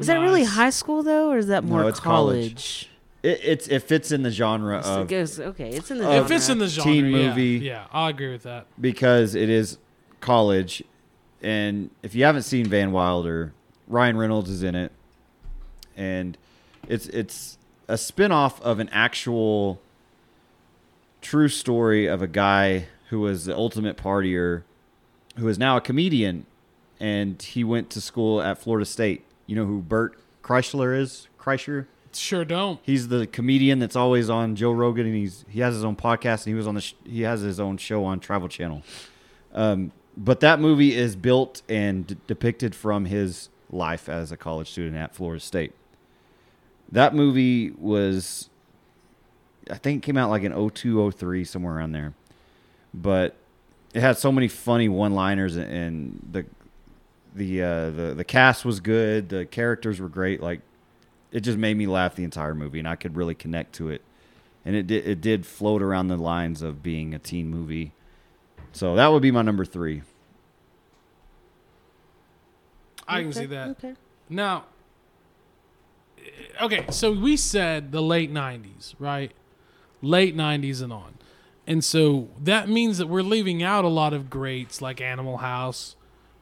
D: Is that really
C: Nice.
D: high school though, or is that more
A: it's college. It, it's it fits in the genre
D: So it
A: of
D: goes- okay, it's in the.
A: of-
C: If it's in the genre,
A: Uh, Teen
C: yeah.
A: movie.
C: yeah, I agree with that.
A: because it is college, and if you haven't seen Van Wilder, Ryan Reynolds is in it, and it's it's a spinoff of an actual true story of a guy who was the ultimate partier, who is now a comedian, and he went to school at Florida State. You know who Bert Kreischer is? Kreischer.
C: Sure don't.
A: He's the comedian that's always on Joe Rogan, and he's he has his own podcast, and he was on the sh- he has his own show on Travel Channel. Um, but that movie is built and d- depicted from his life as a college student at Florida State. That movie was, I think, it came out like in 02, 03, somewhere around there. But it had so many funny one-liners, and, and the the uh, the the cast was good. The characters were great. Like it just made me laugh the entire movie, and I could really connect to it. And it did it did float around the lines of being a teen movie. So that would be my number three.
C: I can see that.
D: Okay.
C: Now, eh, okay, so we said the late 90s, right? Late 90s and on. And so that means that we're leaving out a lot of greats like Animal House.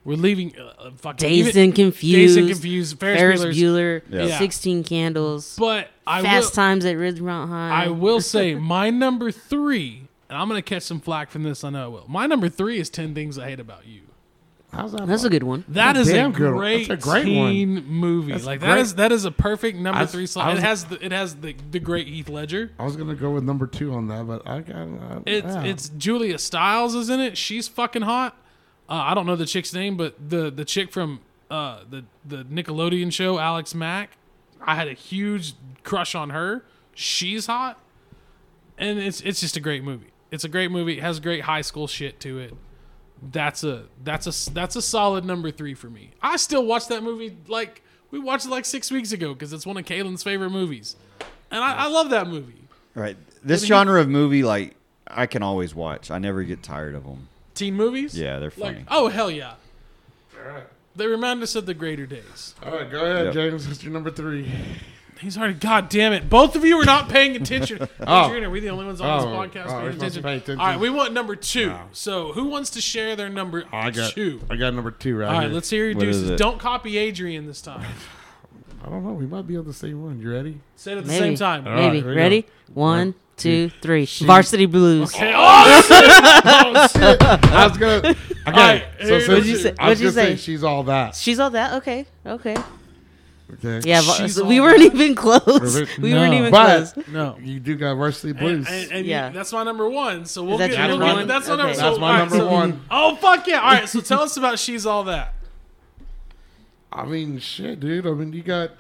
C: We're leaving uh, uh, fucking
D: Dazed
C: even-
D: and confused.
C: Dazed and Confused, Ferris,
D: Ferris
C: Bueller's-
D: Bueller.
A: Yeah.
C: Yeah.
D: Sixteen Candles.
C: But I will,
D: Fast Times at Ridgemont High.
C: I will say my number three, and I'm going to catch some flack from this. I know I will. My number three is 10 Things I Hate About You.
B: How's that?
D: That's a
B: look?
D: good one.
C: That
B: Oh,
C: is a
B: damn good one.
C: great,
B: That's a great
C: teen movie.
B: That's
C: like that
B: great.
C: is that is a perfect number
B: I was-
C: three
B: I
C: slot. It
B: was-
C: has the it has the, the great Heath Ledger.
B: I was gonna go with number two on that, but I got I,
C: It's
B: yeah.
C: it's Julia Stiles is in it. She's fucking hot. Uh, I don't know the chick's name, but the the chick from uh, the the Nickelodeon show Alex Mack. I had a huge crush on her. She's hot, and it's it's just a great movie. It's a great movie. It has great high school shit to it. That's a that's a that's a solid number three for me. I still watch that movie like we watched it like six weeks ago because it's one of Kaylin's favorite movies, and I, I love that movie.
A: All right, this genre of movie, like I can always watch. I never get tired of them.
C: Teen movies.
A: Yeah, they're
C: Like,
A: funny.
C: oh hell yeah.
B: all right.
C: They remind us of the greater days.
B: All right, go ahead,
A: Yep.
B: James. That's your number three.
C: He's already. God damn it! Both of you are not paying attention.
B: Oh.
C: Adrian, are we the only ones on
B: Oh.
C: this podcast
B: Oh,
C: paying,
B: we're supposed to
C: attention?
B: pay attention.
C: All right, we want number two. So who wants to share their number
B: I got
C: two?
B: I got number two right
C: All right,
B: here.
C: let's hear your
A: What is
C: deuces.
A: it?
C: Don't copy Adrian this time.
B: I don't know. We might be on the same one. You ready?
C: Say it at the
D: Maybe.
C: same time.
B: All right,
D: Maybe.
B: here we go.
D: Ready? One, two, three. Varsity Blues.
C: Okay. Oh, shit. Oh, shit.
B: I was gonna. Okay.
C: right,
B: so,
C: here
B: since-
C: What'd you
D: say-
B: I was
D: what'd you
B: gonna say?
D: say?
B: she's all that.
D: She's all that. Okay. Okay.
B: Okay.
D: Yeah. va-
C: She's
D: so
C: all
D: we weren't
C: that?
D: even close. We weren't
C: No.
D: even
B: But
D: close.
C: No.
B: you do got varsity
C: And,
B: blues.
C: and, and
D: Yeah.
C: you- that's my number one. So we'll
D: that
C: get.
D: your
C: we'll
D: number
C: get-
D: one?
C: That's my
D: Okay.
C: number.
B: That's
C: so,
B: my
C: all right,
B: number
C: so-
B: one.
C: Oh fuck yeah! All right, so tell us about she's all that.
B: I mean, shit, dude. I mean, you got,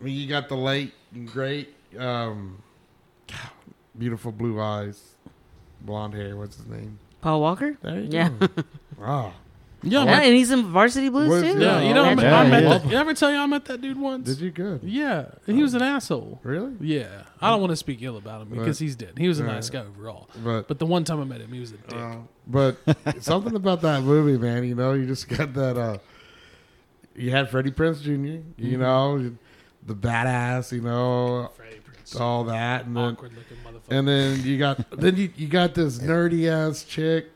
B: I mean, you got the late and great. Um, beautiful blue eyes, blonde hair. What's his name?
D: Paul Walker?
B: There you
D: Yeah.
B: go. Ah,
C: Yeah,
D: Yeah,
C: man.
D: and he's in Varsity Blues
B: Where's
D: too.
B: the-
C: yeah. You know, I
D: That's
C: met,
A: Yeah,
C: I met
A: yeah.
C: that- did I ever tell you I met that dude once?
B: did you good?
C: Yeah, and he was an asshole.
B: Really?
C: Yeah, I don't want to speak ill about him because
B: Right.
C: he's dead. He was a
B: Right.
C: nice guy overall,
B: But
C: but the one time I met him, he was a dick.
B: uh, but something about that movie, man. You know, you just got that. uh You had Freddie Prince Jr. You know, you- the badass. You know,
C: Freddie Prinze,
B: all that, and then
C: awkward looking motherfucker.
B: and then you got then you, you got this nerdy ass chick,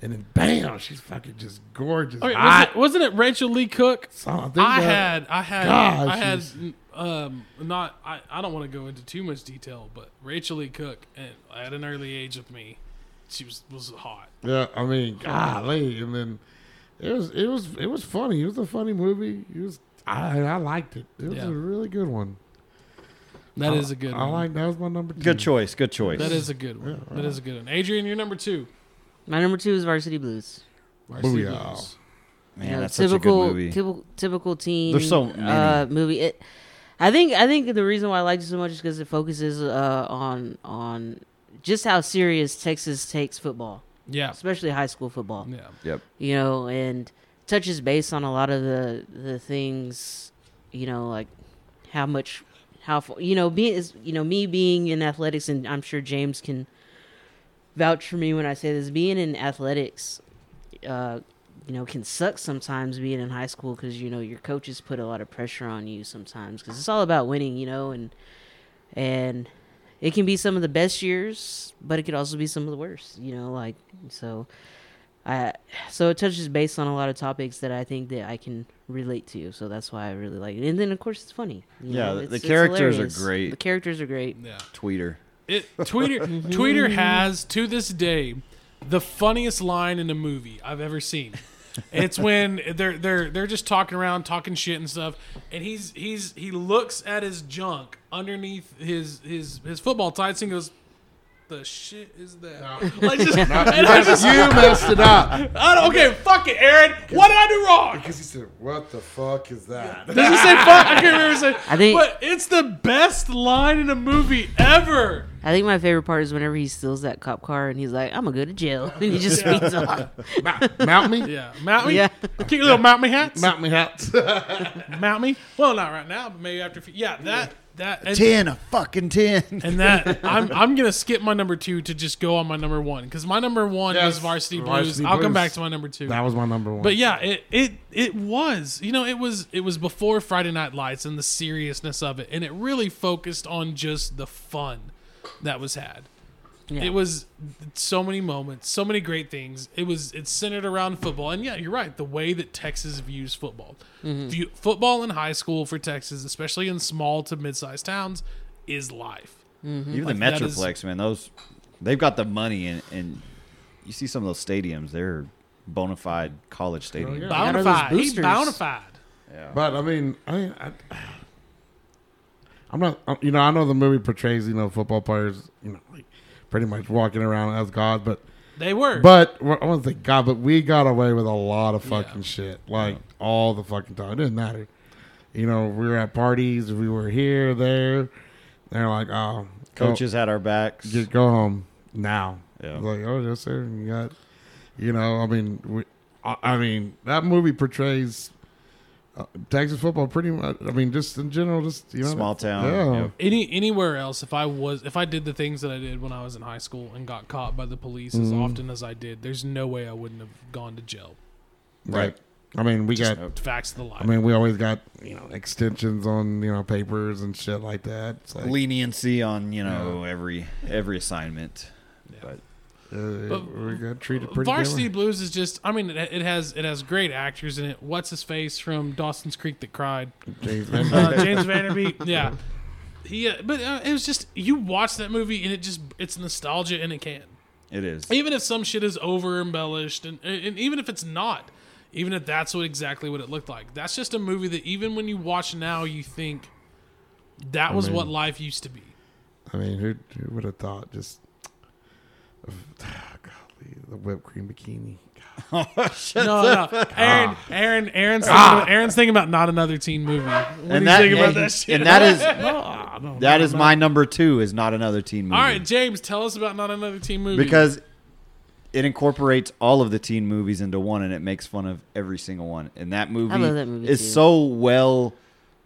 B: and then bam, she's fucking just gorgeous.
C: Okay,
B: hot.
C: wasn't, it, wasn't it Rachel Lee Cook?
B: So I, think
C: Oh, I
B: that-
C: had, I had,
B: God,
C: I had,
B: she's-
C: um, not. I, I don't want to go into too much detail, but Rachel Lee Cook, and at an early age of me, she was was hot.
B: Yeah, I mean, golly, and then it was it was it was funny. It was a funny movie. It was I I liked it. It was
C: Yeah.
B: a really good one.
C: That
B: I-
C: is a good.
B: I
C: one.
B: like that was my number two.
A: Good choice. Good choice.
C: That is a good one.
B: Yeah,
C: That is a good one. Adrian, you're number two.
D: My number two is Varsity Blues.
C: Varsity
B: Booyah.
C: Blues.
A: man.
D: You know,
A: that's
D: typical,
A: such a good movie.
D: Typical, typical teen.
A: There's so many.
D: uh, movie. It, I think I think the reason why I liked it so much is because it focuses uh, on on just how serious Texas takes football,
C: Yeah,
D: especially high school football.
C: yeah.
A: yep.
D: You know, and touches base on a lot of the the things. You know, like how much how fu- you know being is you know me being in athletics, and I'm sure James can vouch for me when I say this. Being in athletics, uh, you know, can suck sometimes being in high school because you know your coaches put a lot of pressure on you sometimes because it's all about winning, you know, and and it can be some of the best years, but it could also be some of the worst, you know, like so. I so it touches base on a lot of topics that I think that I can relate to, so that's why I really like it. And then of course it's funny. you
A: Yeah,
D: know,
A: the-
D: it's-
A: the
D: it's
A: characters are
D: hilarious.
A: great.
D: The characters are great.
C: Yeah.
A: Tweeter.
C: It Tweeter Tweeter has to this day the funniest line in a movie I've ever seen. It's when they're they're they're just talking around, talking shit and stuff, and he's he's he looks at his junk underneath his his his football tights and goes, "The shit is that?" Like just, and I just,
B: You messed it up
C: I don't, okay, fuck it, Aaron. What did I do wrong?
B: because he said, "What the fuck is that?"
C: Does he say fuck? I can't remember saying.
D: I think-
C: but it's the best line in a movie ever.
D: I think my favorite part is whenever he steals that cop car and he's like, "I'm gonna go to jail," and he just speeds off.
B: Mount me,
C: Yeah, mount me.
D: Yeah.
C: Get your little mount me hats.
B: mount me hats.
C: mount me. Well, not right now, but maybe after. a few- Yeah, that that and,
A: Ten, a fucking ten.
C: and that I'm I'm gonna skip my number two to just go on my number one because my number one
B: Yes,
C: is Varsity Blues.
B: Varsity
C: I'll come
B: Blues.
C: back to my number two.
B: that was my number one.
C: But yeah, it it it was. You know, it was it was before Friday Night Lights and the seriousness of it, and it really focused on just the fun that was had. It was so many moments, so many great things. It was it's centered around football, and yeah, you're right. The way that Texas views football,
D: Mm-hmm.
C: View, football in high school for Texas, especially in small to mid-sized towns, is life.
A: Even the
C: Like, that is-
A: Metroplex, man. Those they've got the money, and, and you see some of those stadiums. They're bona fide college stadiums.
B: yeah.
D: Out of those
C: Bountified, he's
D: boosters.
C: bountified.
B: But I mean, I mean, I, I'm not. I'm- You know, I know the movie portrays you know football players, you know, like pretty much walking around as God, but
C: They were,
B: but well, I want to say God, but we got away with a lot of fucking shit, like all the fucking time. It didn't matter. You know, we were at parties, we were here, there. They're like, oh, go-
A: Coaches had our backs.
B: just go home now.
A: Yeah.
B: Like, oh yes, sir. You got, you know, I mean, we, I, I mean, that movie portrays uh, Texas football pretty much. I mean, just in general, just you know,
A: Small town.
B: Yeah.
A: Yep.
C: any anywhere else if i was if i did the things that i did when i was in high school and got caught by the police
B: Mm-hmm.
C: as often as i did there's no way i wouldn't have gone to jail
A: Right.
B: I mean, we got.
C: facts of the life
B: I mean, we always got you know extensions on you know papers and shit like that. It's like,
A: Leniency on you know every every assignment. But
B: uh, we got treated pretty.
C: varsity
B: Varsity.
C: blues is just i mean it, it has it has great actors in it what's his face from dawson's creek that cried uh, james vanderbeek yeah he uh, but uh, it was just you watch that movie and it just it's nostalgia and it can
A: it is.
C: even if some shit is over embellished and, and even if it's not even if that's what exactly what it looked like that's just a movie that even when you watch now you think that was what life used to be
B: I mean, who, oh, who would have thought? Just, golly, the whipped cream bikini. God.
A: Shut
C: No,
A: up.
C: no. Aaron, Aaron, Aaron's, thinking about, Aaron's thinking about not another teen movie. What do you
A: that-
C: think about
A: and-
C: that shit?
A: and that is-
C: No, no,
A: That
C: no,
A: is
C: no.
A: my number two. Is not another teen movie.
C: All right, James, tell us about not another teen movie.
A: because it incorporates all of the teen movies into one and it makes fun of every single one and that movie,
D: love that movie
A: is
D: too.
A: so well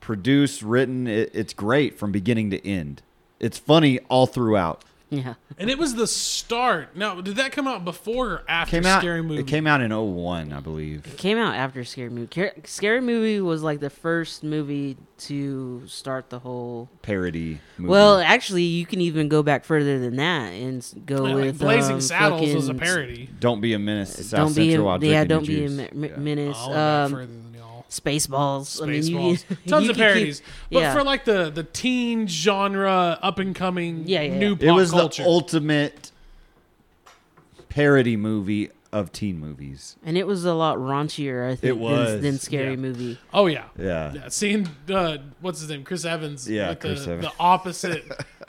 A: produced written it, it's great from beginning to end it's funny all throughout
D: Yeah.
C: and it was the start. Now, did that come out before or after
A: came out
C: Scary Movie?
A: it came out in 01 i believe
D: Came out after Scary Movie. Car- Scary Movie was like the first movie to start the whole.
A: parody movie.
D: Well, actually, you can even go back further than that and s- go
C: Yeah, like
D: with
C: Blazing
D: um,
C: Saddles was a
D: fucking-
C: parody.
A: don't be a menace to South
D: Don't be
A: Central
D: a,
A: while
D: yeah,
A: drinking
D: don't be
A: your
D: a
A: juice.
D: me-
A: Yeah.
D: menace.
C: I'll go
D: Um,
C: further than y'all.
D: Spaceballs. I mean, you,
C: Spaceballs.
D: you
C: Tons
D: can
C: of
D: keep-
C: parodies, but
D: yeah.
C: for like the the teen genre, up and coming,
D: Yeah, yeah,
C: new
D: yeah.
C: pop
A: it was
C: culture.
A: the ultimate parody movie of teen movies
D: and it was a lot raunchier, I think, than-
A: was,
D: than, Scary
C: yeah.
D: Movie.
C: oh yeah.
A: yeah
C: Yeah, seeing uh, what's his name, Chris Evans.
A: Yeah,
C: with
A: Chris
C: the,
A: Evans.
C: the opposite.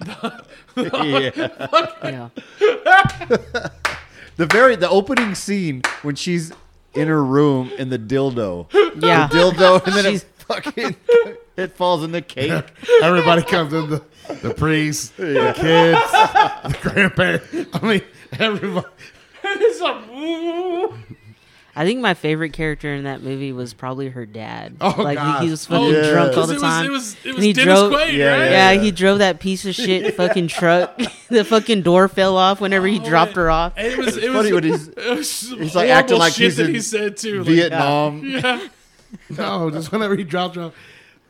A: yeah
D: Yeah.
A: The very the opening scene when she's in her room in the dildo,
D: Yeah.
A: dildo, and then it
D: She's-
A: fucking it falls in the cake.
B: Everybody comes in the, the priest, the kids, the grandparents. I mean, everybody.
C: it's like, "Ooh."
D: I think my favorite character in that movie was probably her dad.
B: Oh,
D: like
B: God.
D: he was fucking
A: Oh, yeah.
D: drunk
C: Because
D: all the
C: it was
D: time.
C: it was it
D: And
C: was
D: he
C: Dennis
D: drove-
C: Quaid,
A: Yeah,
C: right?
D: Yeah, he drove that piece of shit fucking truck. the fucking door fell off whenever he
C: Oh,
D: dropped
C: yeah.
D: her off.
C: And it was it was
A: funny when he's-
C: it was some
A: he's, like,
C: horrible
A: acting like
C: shit
A: he's
C: that
A: in
C: he said too. Like,
A: Vietnam.
C: yeah.
B: No, just whenever he drops off.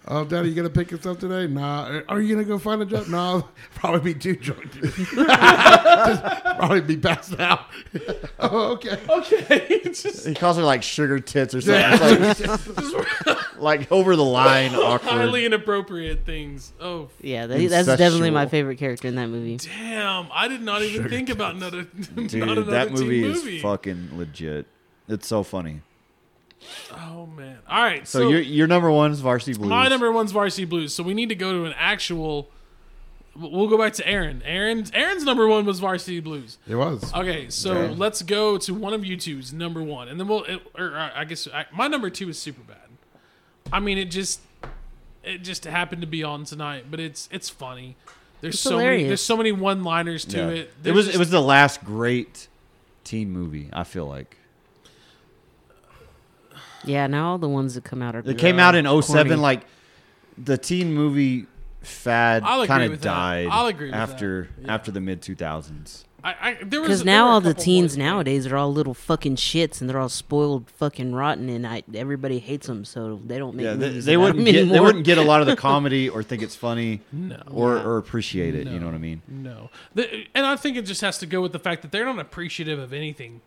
B: Oh, Daddy, you gonna pick us up today? Nah. Are- Are you gonna go find a job? No, I'll probably be too drunk. to- probably be passed out. oh, okay.
C: Okay. It's just-
A: He calls her like sugar tits or something. It's like, like over the line,
C: highly
A: awkward.
C: inappropriate things. Oh
D: Yeah, that, that's definitely my
A: Incestual.
D: favorite character in that movie.
C: damn! I did not even think about another not
A: Dude,
C: another
A: that
C: teen
A: movie
C: movie.
A: is fucking legit. It's so funny.
C: Oh man! All right,
A: So,
C: so,
A: your your number one's Varsity Blues.
C: my number one's Varsity Blues. So we need to go to an actual. We'll go back to Aaron. Aaron's Aaron's number one was Varsity Blues.
B: It was.
C: Okay, so
A: Okay.
C: let's go to one of you two's number one, and then we'll. It, or, or I guess I, my number two is super bad. I mean, it just it just happened to be on tonight, but it's it's funny. There's so many,
D: hilarious.
C: there's so many one liners to
A: Yeah.
C: it.
A: It
C: There's
A: was
C: just-
A: it was the last great teen movie. I feel like
D: Yeah, now all the ones that come out are.
A: it came out in 07,
D: corny.
A: Like the teen movie fad
C: I'll agree
A: kind of
C: with that.
A: died.
C: I'll agree with that.
A: after after the mid two thousands.
C: I, I, there was
D: Because
C: there
D: now
C: were a
D: all the
C: couple
D: teens
C: boys-
D: nowadays are all little fucking shits, and they're all spoiled, fucking rotten, and I, everybody hates them, so they don't make.
A: Yeah, they,
D: movies
A: they
D: about
A: wouldn't
D: them
A: get they
D: anymore.
A: wouldn't get a lot of the comedy or think it's funny
C: No.
A: or, or appreciate it. You
C: No.
A: know what I mean?
C: No, the, and I think it just has to go with the fact that they're not appreciative of anything.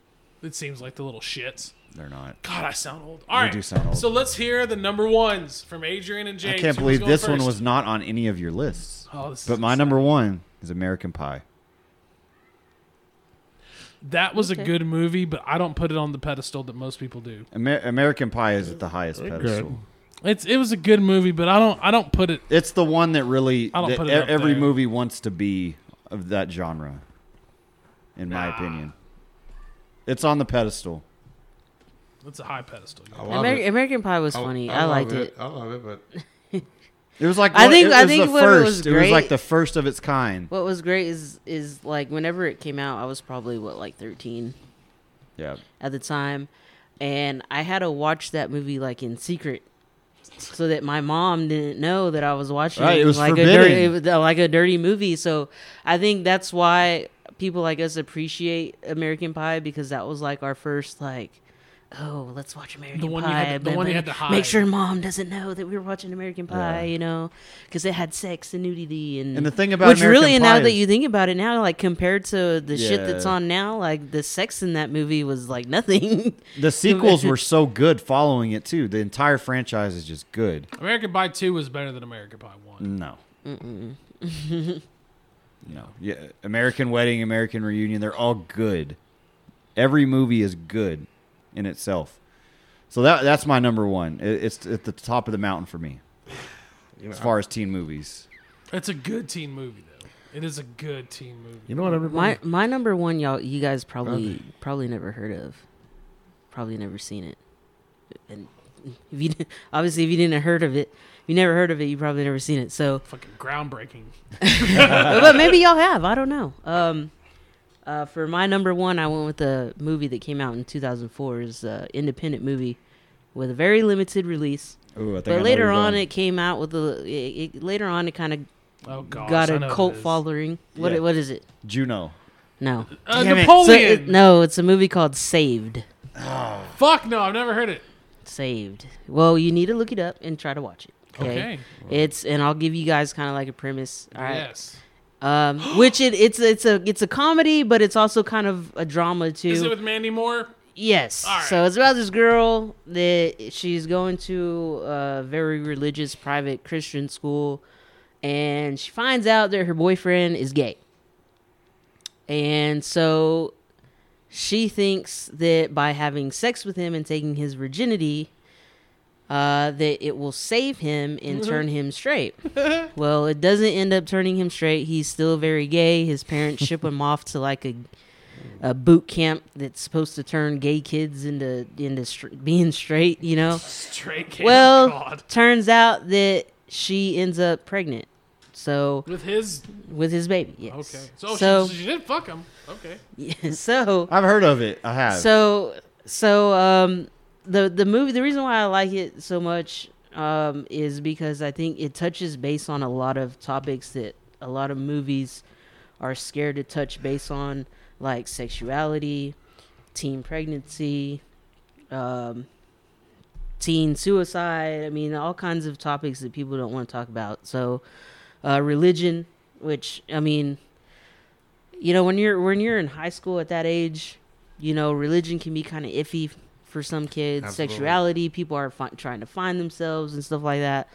C: It seems like the little shits.
A: They're not.
C: God, I sound old. All right,
A: do sound old.
C: So let's hear the number ones from Adrian and James.
A: I can't
C: Who was
A: believe
C: going
A: this one
C: first?
A: was not on any of your lists.
C: Oh, this
A: But
C: is
A: my
C: sad.
A: number one is American Pie.
C: That was a
D: Okay.
C: good movie, but I don't put it on the pedestal that most people do.
A: Amer- American Pie is at the highest pedestal.
C: It's it was a good movie, but I don't I don't put it.
A: It's the one that really
C: I don't
A: that
C: put
A: e-
C: it up
A: every
C: there.
A: movie wants to be of that genre. In my opinion, it's on the pedestal.
C: It's a high pedestal.
B: I love
D: Amer-
B: it.
D: American Pie was funny. I,
B: love
D: liked it.
B: I love it, but
A: It was like
D: I
A: one-
D: think-
A: it
D: I
A: was
D: think
A: the
D: what
A: first.
D: was
A: It was like
D: great-
A: the first of its kind.
D: What was great is is like whenever it came out, I was probably what like thirteen
A: Yeah.
D: at the time, and I had to watch that movie like in secret, so that my mom didn't know that I was watching
A: Right, it was
D: like a
A: forbidden.
D: dirty, it was, uh, like a dirty movie. So I think that's why people like us appreciate American Pie because that was like our first like. Oh, let's watch American
C: one you
D: Pie.
C: had to- the
D: but-
C: one you
D: but
C: had to hide.
D: Make sure mom doesn't know that we were watching American Pie, you know, because it had sex and nudity and
A: And the thing about
D: which
A: American
D: really
A: Pie
D: now
A: is-
D: that you think about it now, like compared to the shit that's
A: Yeah.
D: on now, like the sex in that movie was like nothing.
A: The sequels were so good following it too. The entire franchise is just good.
C: American Pie Two was better than American Pie One.
A: No. no. Yeah, American Wedding, American Reunion, they're all good. Every movie is good in itself. So that that's my number one. It, it's at the top of the mountain for me
B: you know,
A: as far as teen movies.
C: It's a good teen movie though. It is a good teen movie.
B: you know what everybody?
D: my my number one, y'all, you guys probably probably never heard of probably never seen it. And if you obviously if you didn't heard of it, if you never heard of it, you probably never seen it. So,
C: Fucking groundbreaking.
D: but maybe y'all have. I don't know. Um, uh, for my number one, I went with a movie that came out in 2004. Is an uh, independent movie with a very limited release.
A: Ooh, I think I know
D: But
A: where
D: later
A: you're
D: on,
A: going.
D: it came out with a. It, it, later on, it kind of
C: Oh god.
D: got
C: I know
D: a
C: what
D: cult
C: it is.
D: following. What
A: Yeah.
D: what is it?
A: Juno.
D: No.
C: Uh,
A: Damn it.
D: So
C: Napoleon.
D: it- no, it's a movie called Saved.
C: Fuck no, I've never heard it.
D: Saved. Well, you need to look it up and try to watch it.
C: Okay.
D: It's and I'll give you guys kind of like a premise. All right.
C: Yes.
D: Um, which it, it's it's a it's a comedy, but it's also kind of a drama too.
C: Is it with Mandy Moore?
D: yes.
C: All right.
D: So it's about this girl that she's going to a very religious private Christian school, and she finds out that her boyfriend is gay, and so she thinks that by having sex with him and taking his virginity. Uh, that it will save him
C: Mm-hmm.
D: and turn him straight. Well, it doesn't end up turning him straight. He's still very gay. His parents ship him off to like a a boot camp that's supposed to turn gay kids into into str- being straight. You know.
C: Straight Kid,
D: Oh. Well,
C: God.
D: turns out that she ends up pregnant. So
C: With his
D: with his baby, yes.
C: okay. So,
D: so
C: she, she did fuck him. Okay.
D: so
A: I've heard of it. I have.
D: so so um the the movie the reason why I like it so much um is because I think it touches base on a lot of topics that a lot of movies are scared to touch base on like sexuality, teen pregnancy, um teen suicide, I mean all kinds of topics that people don't want to talk about. So uh religion, which I mean you know when you're when you're in high school at that age, you know, religion can be kind of iffy f- for some kids.
B: Absolutely.
D: Sexuality, people are fi- trying to find themselves and stuff like that.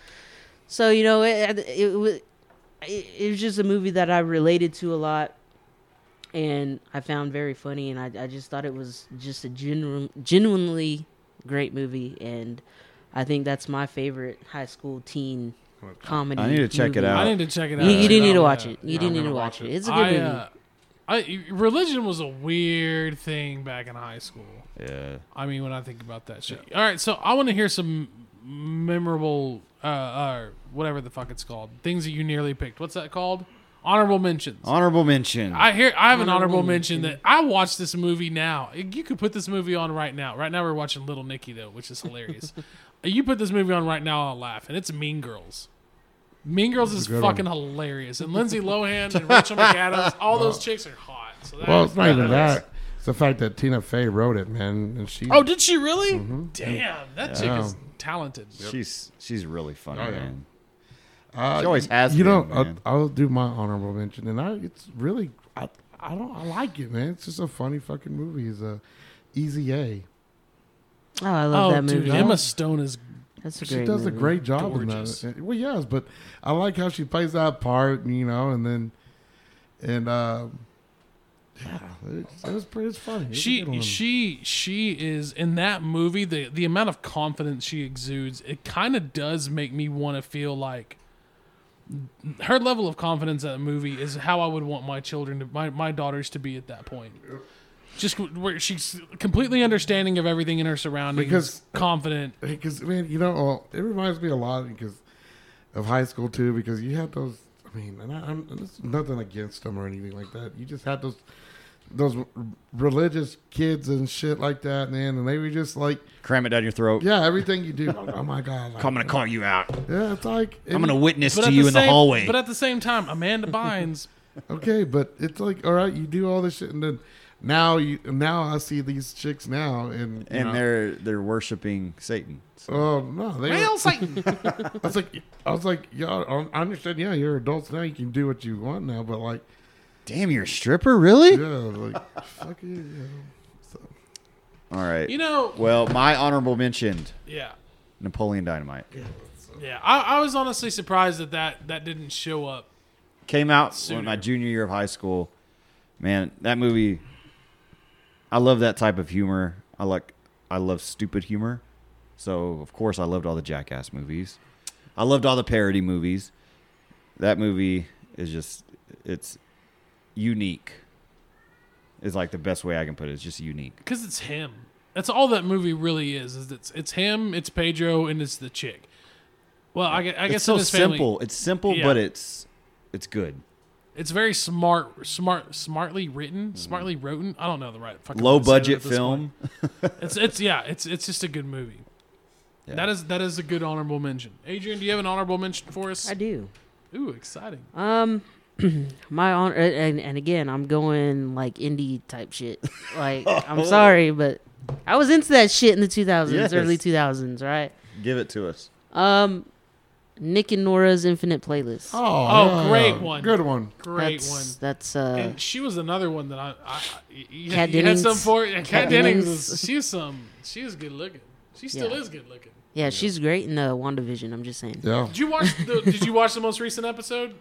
D: So you know, it it, it, wa- it it was just a movie that I related to a lot, and I found very funny, and I I just thought it was just a genuine, genuinely great movie, and I think that's my favorite high school teen comedy.
A: I need to check it
D: movie.
A: out.
C: I need to check it out.
D: You, you do
C: Uh, Yeah.
D: need to watch it. You
B: Yeah,
D: do
B: I'm
D: need to
B: gonna
D: watch
B: watch
D: it.
B: it.
D: It's a good
C: I,
D: movie.
C: uh, I religion was a weird thing back in high school.
A: yeah.
C: I mean, when I think about that shit. All right, so I want to hear some memorable, uh, uh, whatever the fuck it's called, things that you nearly picked. What's that called? Honorable mentions.
A: Honorable mention.
C: I hear. I have an
D: Honorable
C: honorable mention that I watched this movie now. You could put this movie on right now. Right now we're watching Little Nicky though, which is hilarious. you put this movie on right now, I'll laugh, and it's Mean Girls. Mean Girls is
B: good one.
C: fucking hilarious, and Lindsay Lohan and Rachel McAdams, all those chicks are hot. So that
B: Well,
C: was-
B: it's not even
C: was-
B: that. It's the fact that Tina Fey wrote it, man, and she.
C: Oh, did she really?
B: Mm-hmm.
C: Damn, that
B: Yeah.
C: chick is talented.
A: she's she's really funny,
B: Oh, yeah.
A: man.
B: uh,
A: She always has.
B: You
A: been,
B: know, I'll,
A: man.
B: I'll do my honorable mention, and I it's really I, I don't I like it, man. It's just a funny fucking movie. It's a Easy A.
D: oh, I love
C: Oh,
D: that movie.
C: dude, Emma Stone is
D: That's a
B: She
D: great
B: does
D: movie.
B: a great job
C: Gorgeous.
B: in that. Well, yes, but I like how she plays that part, you know, and then and uh, yeah, it's, it was pretty. It's funny. It's a good
C: she
B: one.
C: she she is in that movie the the amount of confidence she exudes it kind of does make me want to feel like her level of confidence in that movie is how I would want my children to my, my daughters to be at that point just where she's completely understanding of everything in her surroundings
B: Because-
C: confident
B: because man, you know, well, it reminds me a lot because of high school too. Because you had those. I mean, and I, I'm and it's nothing against them or anything like that. You just had those those r- religious kids and shit like that, man, and they were just like,
A: Cram it down your throat.
B: yeah, everything you do. like, oh my god, like,
A: I'm gonna call you out.
B: yeah, it's like
A: I'm gonna witness
C: but
A: to
C: at
A: you
C: the
A: in
C: same-
A: the hallway.
C: but at the same time Amanda Bynes
B: okay, but it's like all right, you do all this shit, and then now you now I see these chicks now, and you
A: and
B: know,
A: they're they're worshiping Satan. So-
B: Oh no! They were-
C: Hail Satan
B: I was like, I was like, y'all. I understand. Yeah, you're adults now. You can do what you want now. But like,
A: Damn, you're a stripper, really?
B: yeah, like fuck you. Yeah. So,
A: All right.
C: you know
A: well, my honorable mentioned
C: yeah
A: Napoleon Dynamite
C: yeah I, I was honestly surprised that that that didn't show up
A: came out
C: Sooner.
A: when my junior year of high school. Man, that movie. I love that type of humor. I like. I love stupid humor. So of course, I loved all the Jackass movies. I loved all the parody movies. That movie is just. It's unique. Is like the best way I can put it. It's just unique.
C: Because it's him. That's all that movie really is. Is it's it's him, it's Pedro, and it's the chick. Well, I, gue- I guess
A: it's so
C: in his family,
A: simple. It's simple,
C: Yeah.
A: but it's it's good.
C: It's very smart, smart, smartly written, smartly written. I don't know the right fucking
A: Low
C: word to say it at
A: budget
C: this
A: film.
C: point. It's it's yeah, it's it's just a good movie.
A: Yeah.
C: That is that is a good honorable mention. Adrian, do you have an honorable mention for us?
D: I do.
C: Ooh, exciting.
D: Um, my honor, and and again, I'm going like indie type shit. Like,
A: Oh.
D: I'm sorry, but I was into that shit in the 2000s,
A: Yes.
D: early 2000s, right?
A: Give it to us.
D: Um, Nick and Nora's Infinite Playlist.
C: Oh, great one.
B: Good one.
C: Great
D: that's,
C: one.
D: That's uh,
C: And she was another one that I, I you,
D: Kat
C: you had
D: Dennings.
C: some for. Yeah, Kat
D: Kat
C: Dennings,
D: Dennings.
C: was, she was some. She was good looking. She still
D: Yeah.
C: is good looking.
D: yeah, she's great in uh, WandaVision. I'm just saying.
B: Yeah.
C: Did you watch the? did you watch the most recent episode?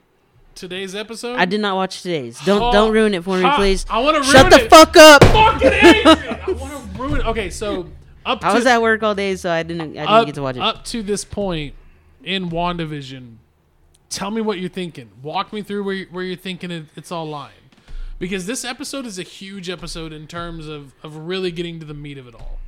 C: Today's episode.
D: I did not watch today's. Don't
C: Ha-
D: don't ruin it for me,
C: ha-
D: please.
C: I want to ruin
D: Shut the
C: it.
D: fuck up.
C: Fucking Adrian. I want to ruin. Okay, so up.
D: I
C: to,
D: was at work all day, so I didn't I didn't
C: up,
D: get to watch it.
C: Up to this point in WandaVision, tell me what you're thinking. Walk me through where, you- where you're thinking it, it's all lying. Because this episode is a huge episode in terms of, of really getting to the meat of it all.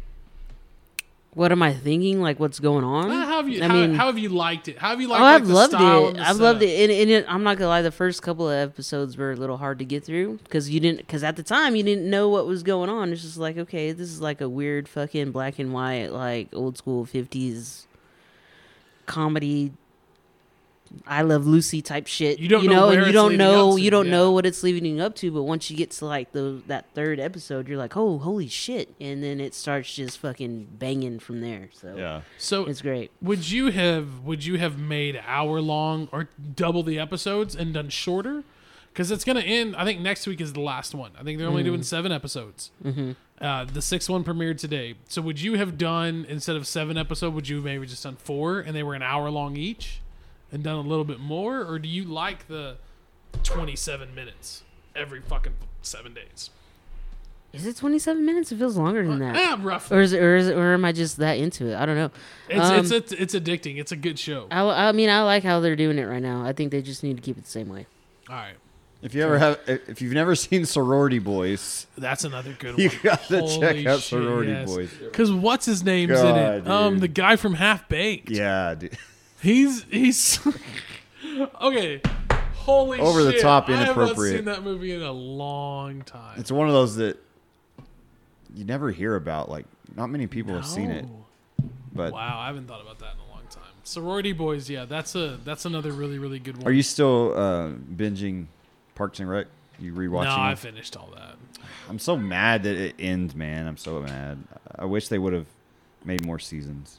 D: What am I thinking? Like, what's going on?
C: How have you,
D: Mm, I
C: how,
D: mean,
C: how have you liked it? How have you
D: oh,
C: liked like,
D: I've
C: the
D: loved
C: style
D: it.
C: and the
D: I've loved
C: setup?
D: it. And, and it, I'm not gonna lie, the first couple of episodes were a little hard to get through because you didn't because at the time you didn't know what was going on. It's just like, okay, this is like a weird fucking black and white, like old school '50s comedy. I love Lucy type shit.
C: You don't know
D: know,
C: where
D: and you
C: it's
D: don't
C: leading up
D: know
C: to,
D: you don't
C: yeah.
D: know what it's leading up to, but once you get to like the that third episode, you're like, "Oh, holy shit." And then it starts just fucking banging from there. So
A: Yeah.
C: So
D: it's great.
C: would you have would you have made hour long or double the episodes and done shorter? Because it's gonna end. I think next week is the last one. I think they're only doing seven episodes. Mm-hmm. Uh, the sixth one premiered today. So would you have done instead of seven episode? Would you have maybe just done four and they were an hour long each, and done a little bit more? Or do you like the twenty seven minutes every fucking seven days?
D: Is it 27 minutes? It feels longer than that.
C: Ah, roughly.
D: or is it, or is it, or am I just that into it? I don't know.
C: It's,
D: Uh, Um,
C: it's it's it's addicting. It's a good show. All
D: I, I mean, I like how they're doing it right now. I think they just need to keep it the same way.
C: right,
A: If you ever have, if you've never seen Sorority Boys,
C: that's another good one.
A: you gotta check out Sorority Boys.
C: Because what's his name's in it?
A: God,
C: Um,
A: dude.
C: the guy from Half Baked.
A: Yeah, dude.
C: he's he's okay. Holy
A: Over the
C: shit,
A: top,
C: I
A: inappropriate.
C: haven't seen that movie in a long time.
A: it's one of those that you never hear about. Like, not many people have seen it,
C: Oh,
A: but.
C: Wow, I haven't thought about that in a long time. Sorority Boys, yeah, that's a that's another really really good one.
A: Are you still uh, binging Parks and Rec? You rewatching?
C: No, I
A: it?
C: finished all that.
A: I'm so mad that it ends, man. I'm so mad. I wish they would have made more seasons,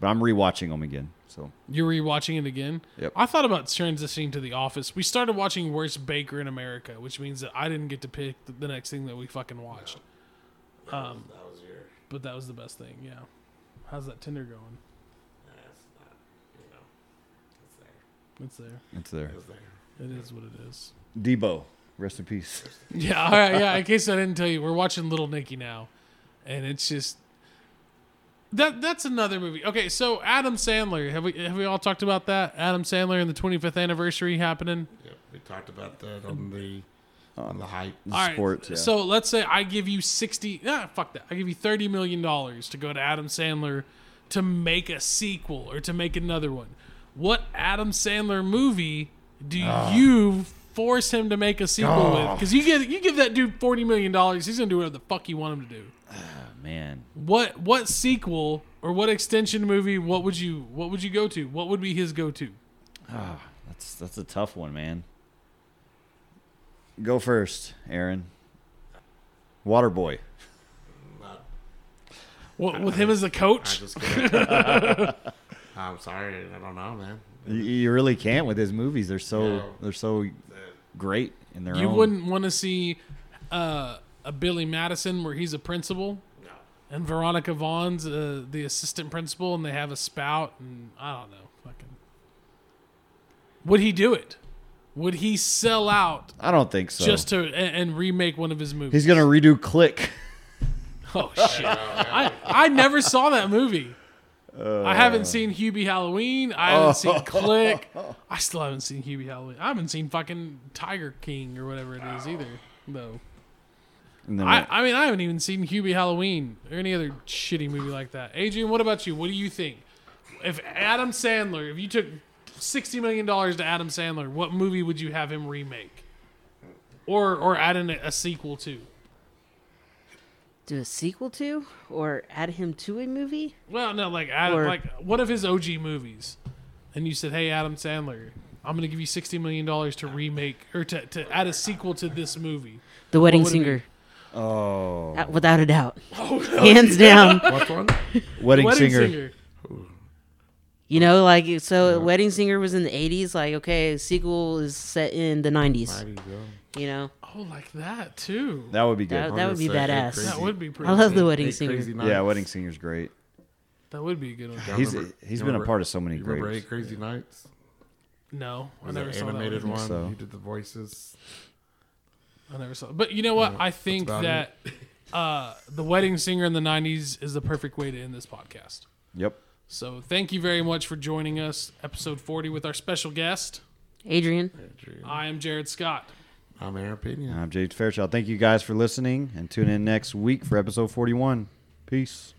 A: but I'm rewatching them again. So
C: You're rewatching it again?
A: Yep.
C: I thought about transitioning to The Office. We started watching Worst Baker in America, which means that I didn't get to pick the- the next thing that we fucking watched. Um, But that was the best thing, yeah. How's that Tinder going? It's there.
A: it's there.
C: It is what it is.
A: Debo, rest in peace.
C: Yeah, all right, yeah. In case I didn't tell you, we're watching Little Nicky now, and it's just that that's another movie. Okay, so Adam Sandler, have we have we all talked about that? Adam Sandler and the 25th anniversary happening.
B: Yeah, we talked about that on the on the hype.
C: All right,
A: Sports, yeah.
C: So let's say I give you sixty. Ah, fuck that. I give you thirty million dollars to go to Adam Sandler to make a sequel or to make another one. What Adam Sandler movie do
A: Ah.
C: you force him to make a sequel with? Because you give you give that dude forty million dollars, he's gonna do whatever the fuck you want him to do. Oh,
A: man,
C: What what sequel or what extension movie? What would you what would you go to? What would be his go to?
A: that's that's a tough one, man. Go first, Aaron. Waterboy.
C: What with him as the
B: I
C: coach?
B: just can't. I'm sorry. I don't know, man.
A: You, you really can't with his movies. They're so
B: No.
A: they're so great in their
C: You
A: own.
C: wouldn't want to see uh, a Billy Madison where he's a principal,
B: No.
C: and Veronica Vaughn's uh, the assistant principal, and they have a spout, and I don't know. Fucking, would he do it? Would he sell out
A: I don't think so.
C: just to a- and, remake one of his movies?
A: He's gonna redo Click.
C: oh shit! I, I never saw that movie. I
A: Uh.
C: haven't seen Hubie Halloween. I haven't
A: Oh.
C: seen Click. I still haven't seen Hubie Halloween. I haven't seen fucking Tiger King or whatever it is either, though.
A: And then
C: I, I mean, I haven't even seen Hubie Halloween or any other shitty movie like that. Adrian, what about you? What do you think? If Adam Sandler, if you took sixty million dollars to Adam Sandler, what movie would you have him remake, or or add in a, a sequel to?
D: Do a sequel to or add him to a movie?
C: Well, no, like Adam,
D: Or-
C: like one of his OG movies, and you said, "Hey, Adam Sandler, I'm going to give you sixty million dollars to remake or to, to add a sequel to this movie."
D: The Wedding
C: would it be? Oh,
D: Singer,
A: oh,
D: uh, without a doubt, hands down.
B: What's one?
A: wedding,
C: Wedding
A: singer.
C: Singer.
D: You know, like so, Wedding Singer was in the '80s. Like, okay, sequel is set in the
B: There
D: '90s.
B: you go.
D: You know,
C: Oh, like that too.
A: That would be good.
D: that, that would be
B: Honestly,
D: badass.
B: crazy.
C: That would be pretty.
D: I love the
C: good.
D: Wedding
B: Eight
D: Singer.
B: Crazy
A: yeah,
B: Nights.
A: Wedding singer's great.
C: That would be a good one.
B: I
A: He's
B: remember-
A: he's
B: you
A: been a
B: remember-
A: part of so many
B: You remember
A: greats.
B: Eight Crazy Nights?
C: No, I
B: Was
C: never
B: that
C: saw
B: animated
C: that one.
B: one.
A: so.
B: You did the voices.
C: I never saw. But you know what? I think
B: about
C: that uh, the Wedding Singer in the '90s is the perfect way to end this podcast.
A: Yep.
C: So thank you very much for joining us, episode 40, with our special guest.
D: Adrian,
C: I am Jared Scott.
B: I'm Aaron Pena.
A: I'm James Fairchild. Thank you guys for listening and tune in next week for episode 41. Peace.